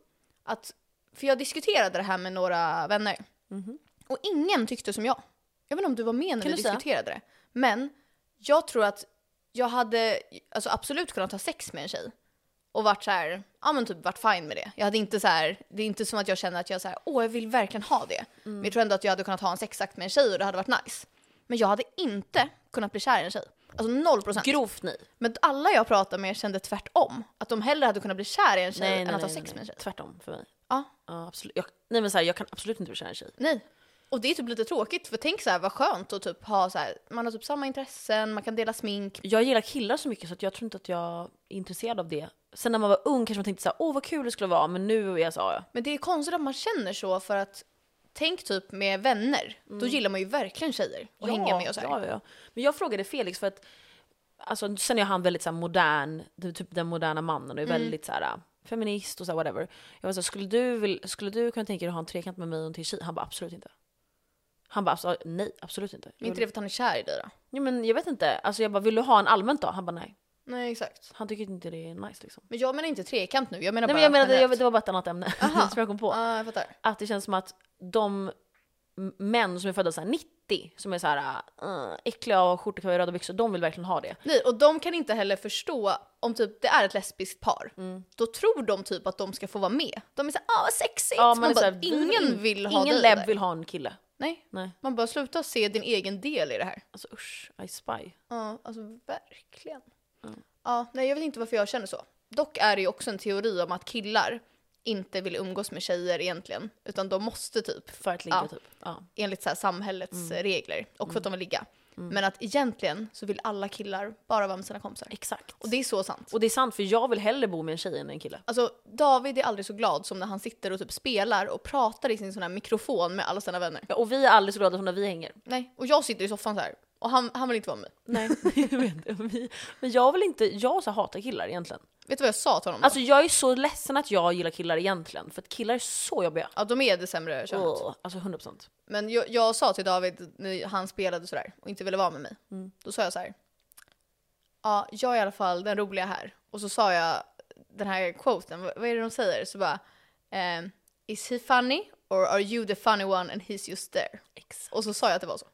[SPEAKER 2] Att, för jag diskuterade det här med några vänner. Och ingen tyckte som jag. Jag vet inte om du var med när
[SPEAKER 1] Mhm. Kan
[SPEAKER 2] vi
[SPEAKER 1] du säga?
[SPEAKER 2] diskuterade det. Men jag tror att jag hade alltså, absolut kunnat ha sex med en tjej. Och varit så här, ja men typ varit fine med det. Jag hade inte så här, det är inte som att jag känner att jag så här, åh jag vill verkligen ha det.
[SPEAKER 1] Mm.
[SPEAKER 2] Men jag tror ändå att jag hade kunnat ha en sexakt med en tjej och det hade varit nice. Men jag hade inte kunnat bli kär i en tjej. Alltså 0%.
[SPEAKER 1] Grovt nej.
[SPEAKER 2] Men alla jag pratade med kände tvärtom. Att de hellre hade kunnat bli kär i en tjej
[SPEAKER 1] nej,
[SPEAKER 2] än
[SPEAKER 1] nej,
[SPEAKER 2] att ha
[SPEAKER 1] nej,
[SPEAKER 2] sex
[SPEAKER 1] nej.
[SPEAKER 2] med en tjej.
[SPEAKER 1] Tvärtom för mig.
[SPEAKER 2] Ja,
[SPEAKER 1] Ja, absolut. Jag, nej men så här, jag kan absolut inte bli kär i en tjej.
[SPEAKER 2] nej. Och det är typ lite tråkigt för tänk så här vad skönt att typ ha så här, man har typ samma intressen, man kan dela smink.
[SPEAKER 1] jag gillar killar så mycket så att jag tror inte att jag är intresserad av det. Sen när man var ung kanske man tänkte så här, åh vad kul det skulle vara, men nu är jag så här, ja.
[SPEAKER 2] Men det är konstigt att man känner så för att tänk typ med vänner, då gillar man ju verkligen tjejer och hänga med och så här.
[SPEAKER 1] Mm. Ja, ja, ja. Men jag frågade Felix för att, alltså sen är han väldigt så här modern, det är typ den moderna mannen och är
[SPEAKER 2] Mm.
[SPEAKER 1] väldigt så här äh, feminist och så här, whatever. Jag var så här, skulle du, vill, skulle du kunna tänka dig att ha en trekant med mig och en till tjej? Han bara absolut inte. Han bara absolut, nej, absolut inte. Jag,
[SPEAKER 2] Inte det för att han är kär i dig då?
[SPEAKER 1] ja, men jag vet inte, alltså jag bara vill du ha en allmänt då? Han bara nej.
[SPEAKER 2] Nej exakt.
[SPEAKER 1] Han tycker inte det är nice liksom.
[SPEAKER 2] Men jag menar inte trekant nu, jag menar
[SPEAKER 1] Nej
[SPEAKER 2] bara
[SPEAKER 1] men jag menade, jag,
[SPEAKER 2] generellt.
[SPEAKER 1] det var bara ett annat ämne
[SPEAKER 2] Aha.
[SPEAKER 1] som jag kom på.
[SPEAKER 2] Ja, jag fattar.
[SPEAKER 1] att det känns som att de m- män som är födda så här 90, som är så här uh, äckliga och har skjortekvar i röda byxor, de vill verkligen ha det.
[SPEAKER 2] Nej, och de kan inte heller förstå om typ det är ett lesbiskt par.
[SPEAKER 1] Mm.
[SPEAKER 2] Då tror de typ att de ska få vara med. De är såhär “ah vad sexigt”.
[SPEAKER 1] Ja,
[SPEAKER 2] man
[SPEAKER 1] man är
[SPEAKER 2] bara,
[SPEAKER 1] så här, vi
[SPEAKER 2] ingen vill ha
[SPEAKER 1] Ingen
[SPEAKER 2] dig
[SPEAKER 1] lebb
[SPEAKER 2] där.
[SPEAKER 1] vill ha en kille.
[SPEAKER 2] Nej.
[SPEAKER 1] Nej,
[SPEAKER 2] Man bara sluta se din egen del i det här.
[SPEAKER 1] alltså usch, I spy.
[SPEAKER 2] Ja, alltså verkligen.
[SPEAKER 1] Mm.
[SPEAKER 2] Ja, nej jag vet inte varför jag känner så. Dock är det ju också en teori om att killar inte vill umgås med tjejer egentligen. Utan de måste typ,
[SPEAKER 1] För att ligga
[SPEAKER 2] Ja.
[SPEAKER 1] typ. Ja.
[SPEAKER 2] enligt så här samhällets
[SPEAKER 1] Mm.
[SPEAKER 2] eh, regler. Och för att de vill ligga. Men att egentligen så vill alla killar bara vara med sina kompisar.
[SPEAKER 1] Exakt.
[SPEAKER 2] Och det är så sant.
[SPEAKER 1] Och det är sant, för jag vill hellre bo med en tjej än en kille.
[SPEAKER 2] Alltså David är aldrig så glad som när han sitter och typ spelar och pratar i sin sån här mikrofon med alla sina vänner.
[SPEAKER 1] Ja, och vi är aldrig så glada som när vi hänger.
[SPEAKER 2] Nej, och jag sitter i soffan så här och han, han vill inte vara med mig.
[SPEAKER 1] Nej. jag vet inte. Vi- Men jag vill inte, jag så hatar killar egentligen.
[SPEAKER 2] Vet du vad jag sa till honom då?
[SPEAKER 1] Alltså jag är så ledsen att jag gillar killar egentligen, för att killar är så jobbiga.
[SPEAKER 2] Ja, de är det sämre könet.
[SPEAKER 1] Ugh, Alltså 100%.
[SPEAKER 2] Men jag, jag sa till David när han spelade sådär och inte ville vara med mig.
[SPEAKER 1] Mm.
[SPEAKER 2] Då sa jag så här. Ja, jag är i alla fall den roliga här. Och så sa jag den här quoten, vad, vad är det de säger? Så bara, ehm, is he funny or are you the funny one and he's just there?
[SPEAKER 1] Exakt.
[SPEAKER 2] Och så sa jag att det var så.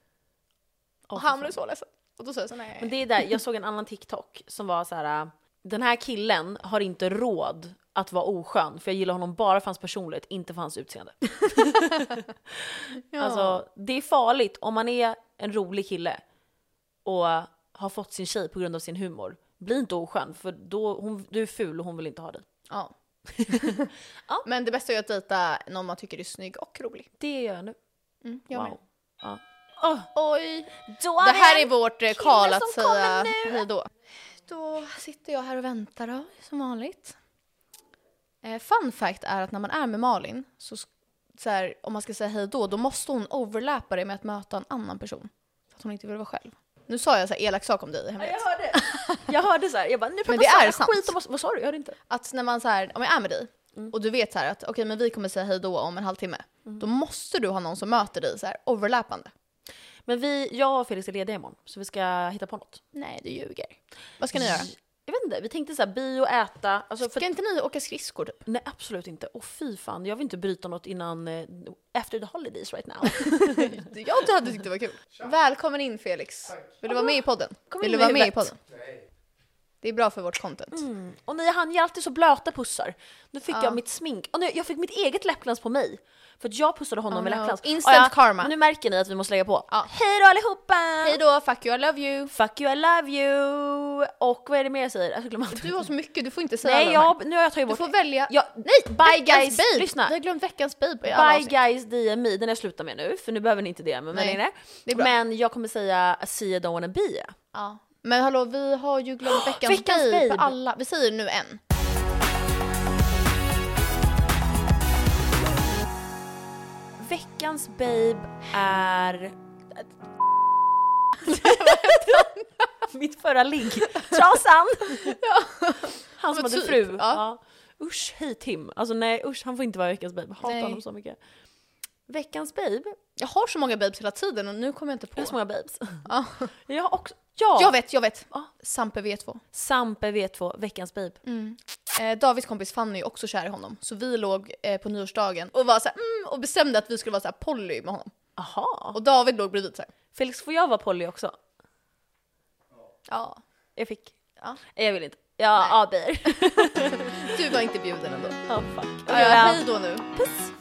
[SPEAKER 1] Åh,
[SPEAKER 2] Och
[SPEAKER 1] fy
[SPEAKER 2] han
[SPEAKER 1] fan.
[SPEAKER 2] blev så ledsen. Och då sa jag så nej.
[SPEAKER 1] Men det är där, jag såg en annan TikTok som var så här. äh, Den här killen har inte råd att vara oskön för jag gillar honom bara för hans personlighet, inte för hans utseende.
[SPEAKER 2] ja.
[SPEAKER 1] Alltså det är farligt om man är en rolig kille och har fått sin tjej på grund av sin humor. Bli inte oskön för då, hon, du är ful och hon vill inte ha dig.
[SPEAKER 2] Ja. Men det bästa är ju att dejta någon man tycker är snygg och rolig.
[SPEAKER 1] Det gör jag nu.
[SPEAKER 2] Mm, jag
[SPEAKER 1] wow.
[SPEAKER 2] med.
[SPEAKER 1] Ja. Åh,
[SPEAKER 2] Oj.
[SPEAKER 1] då
[SPEAKER 2] Det
[SPEAKER 1] är
[SPEAKER 2] här är
[SPEAKER 1] en
[SPEAKER 2] vårt eh,
[SPEAKER 1] kille
[SPEAKER 2] kal att
[SPEAKER 1] som
[SPEAKER 2] säga
[SPEAKER 1] kommer nu.
[SPEAKER 2] hejdå. Då sitter jag här och väntar då, som vanligt. Eh, fun fact är att när man är med Malin, så, sk- så här, om man ska säga hejdå, då måste hon overlappa det med att möta en annan person. För att hon inte vill vara själv. Nu sa jag så här elak sak om dig i
[SPEAKER 1] Ja,
[SPEAKER 2] hemlighet.
[SPEAKER 1] jag hörde. Jag hörde så här, jag bara nu pratar
[SPEAKER 2] det är
[SPEAKER 1] Sara
[SPEAKER 2] sant.
[SPEAKER 1] skit om oss. Vad sa du? Jag hörde inte.
[SPEAKER 2] Att när man så här, om jag är med dig
[SPEAKER 1] Mm.
[SPEAKER 2] och du vet så här att okej men vi kommer säga hejdå om en halvtimme. Då måste du ha någon som möter dig så här overlappande.
[SPEAKER 1] Men vi, jag och Felix är lediga imorgon så vi ska hitta på något.
[SPEAKER 2] Nej du ljuger. Vad ska ni göra?
[SPEAKER 1] Jag vet inte, vi tänkte så här bio, äta. Alltså för,
[SPEAKER 2] Ska inte ni åka skridskor typ?
[SPEAKER 1] Nej absolut inte. Och fy fan, jag vill inte bryta något innan eh, after the holidays right now.
[SPEAKER 2] Jag hade tyckt det var kul. Välkommen in Felix. Vill du vara med i podden?
[SPEAKER 1] Kom
[SPEAKER 2] Vill
[SPEAKER 1] in
[SPEAKER 2] du
[SPEAKER 1] med
[SPEAKER 2] vara med i
[SPEAKER 1] huvudet. Mm.
[SPEAKER 2] podden? Det är bra för vårt content.
[SPEAKER 1] Och ni han ger alltid så blöta pussar. Nu fick
[SPEAKER 2] Mm. Ja.
[SPEAKER 1] jag mitt smink, och nu, jag fick mitt eget läppglans på mig. För att jag pussade honom
[SPEAKER 2] Oh
[SPEAKER 1] med
[SPEAKER 2] no.
[SPEAKER 1] läppglans.
[SPEAKER 2] Instant
[SPEAKER 1] Ah, ja.
[SPEAKER 2] karma.
[SPEAKER 1] Nu märker ni att vi måste lägga på.
[SPEAKER 2] Ja.
[SPEAKER 1] Hej då allihopa!
[SPEAKER 2] Hej då, fuck you, I love you.
[SPEAKER 1] Fuck you, I love you! Och vad är det mer jag säger? Jag glömmer allt.
[SPEAKER 2] Du har så mycket, du får inte säga alla
[SPEAKER 1] Nej,
[SPEAKER 2] de här.
[SPEAKER 1] jag, nu har jag tagit
[SPEAKER 2] Du
[SPEAKER 1] bort...
[SPEAKER 2] får välja.
[SPEAKER 1] Ja,
[SPEAKER 2] Nej,
[SPEAKER 1] bye
[SPEAKER 2] veckans
[SPEAKER 1] guys!
[SPEAKER 2] babe.
[SPEAKER 1] Lyssna!
[SPEAKER 2] Vi har glömt veckans babe i alla
[SPEAKER 1] Bye
[SPEAKER 2] avsnitt.
[SPEAKER 1] guys DMI, den är jag slutar med nu för nu behöver ni inte DMa mig
[SPEAKER 2] Nej,
[SPEAKER 1] längre.
[SPEAKER 2] det är bra.
[SPEAKER 1] Men jag kommer säga I see you don't wanna be you.
[SPEAKER 2] Ja. Men hallå, vi har ju glömt veckans,
[SPEAKER 1] Veckans
[SPEAKER 2] babe,
[SPEAKER 1] babe.
[SPEAKER 2] för alla. Vi säger nu en.
[SPEAKER 1] Veckans babe är... Mitt förra ligg. Trasan! Han som
[SPEAKER 2] men
[SPEAKER 1] hade
[SPEAKER 2] typ,
[SPEAKER 1] fru.
[SPEAKER 2] ja.
[SPEAKER 1] Ja. Usch, hej Tim. Alltså nej usch, han får inte vara veckans babe. Hatar
[SPEAKER 2] Nej.
[SPEAKER 1] honom så mycket. Veckans babe?
[SPEAKER 2] Jag har så många babes hela tiden och nu kommer jag inte på.
[SPEAKER 1] Jag har så många babes.
[SPEAKER 2] Ja.
[SPEAKER 1] Jag har också... Ja!
[SPEAKER 2] Jag vet, jag vet.
[SPEAKER 1] Ja.
[SPEAKER 2] Sampe V2.
[SPEAKER 1] Sampe V2, veckans babe.
[SPEAKER 2] Eh, Davids kompis Fanny är också kär i honom. Så vi låg eh, på nyårsdagen och var så här, mm, och bestämde att vi skulle vara så här poly med honom.
[SPEAKER 1] Aha.
[SPEAKER 2] Och David låg bredvid så här.
[SPEAKER 1] Felix, får jag vara Polly också?
[SPEAKER 2] Ja.
[SPEAKER 1] Jag fick.
[SPEAKER 2] Ja.
[SPEAKER 1] Nej, Jag vill inte. Jag avböjer.
[SPEAKER 2] Du var inte bjuden ändå.
[SPEAKER 1] Oh, fuck.
[SPEAKER 2] Ja, hej då nu.
[SPEAKER 1] Puss!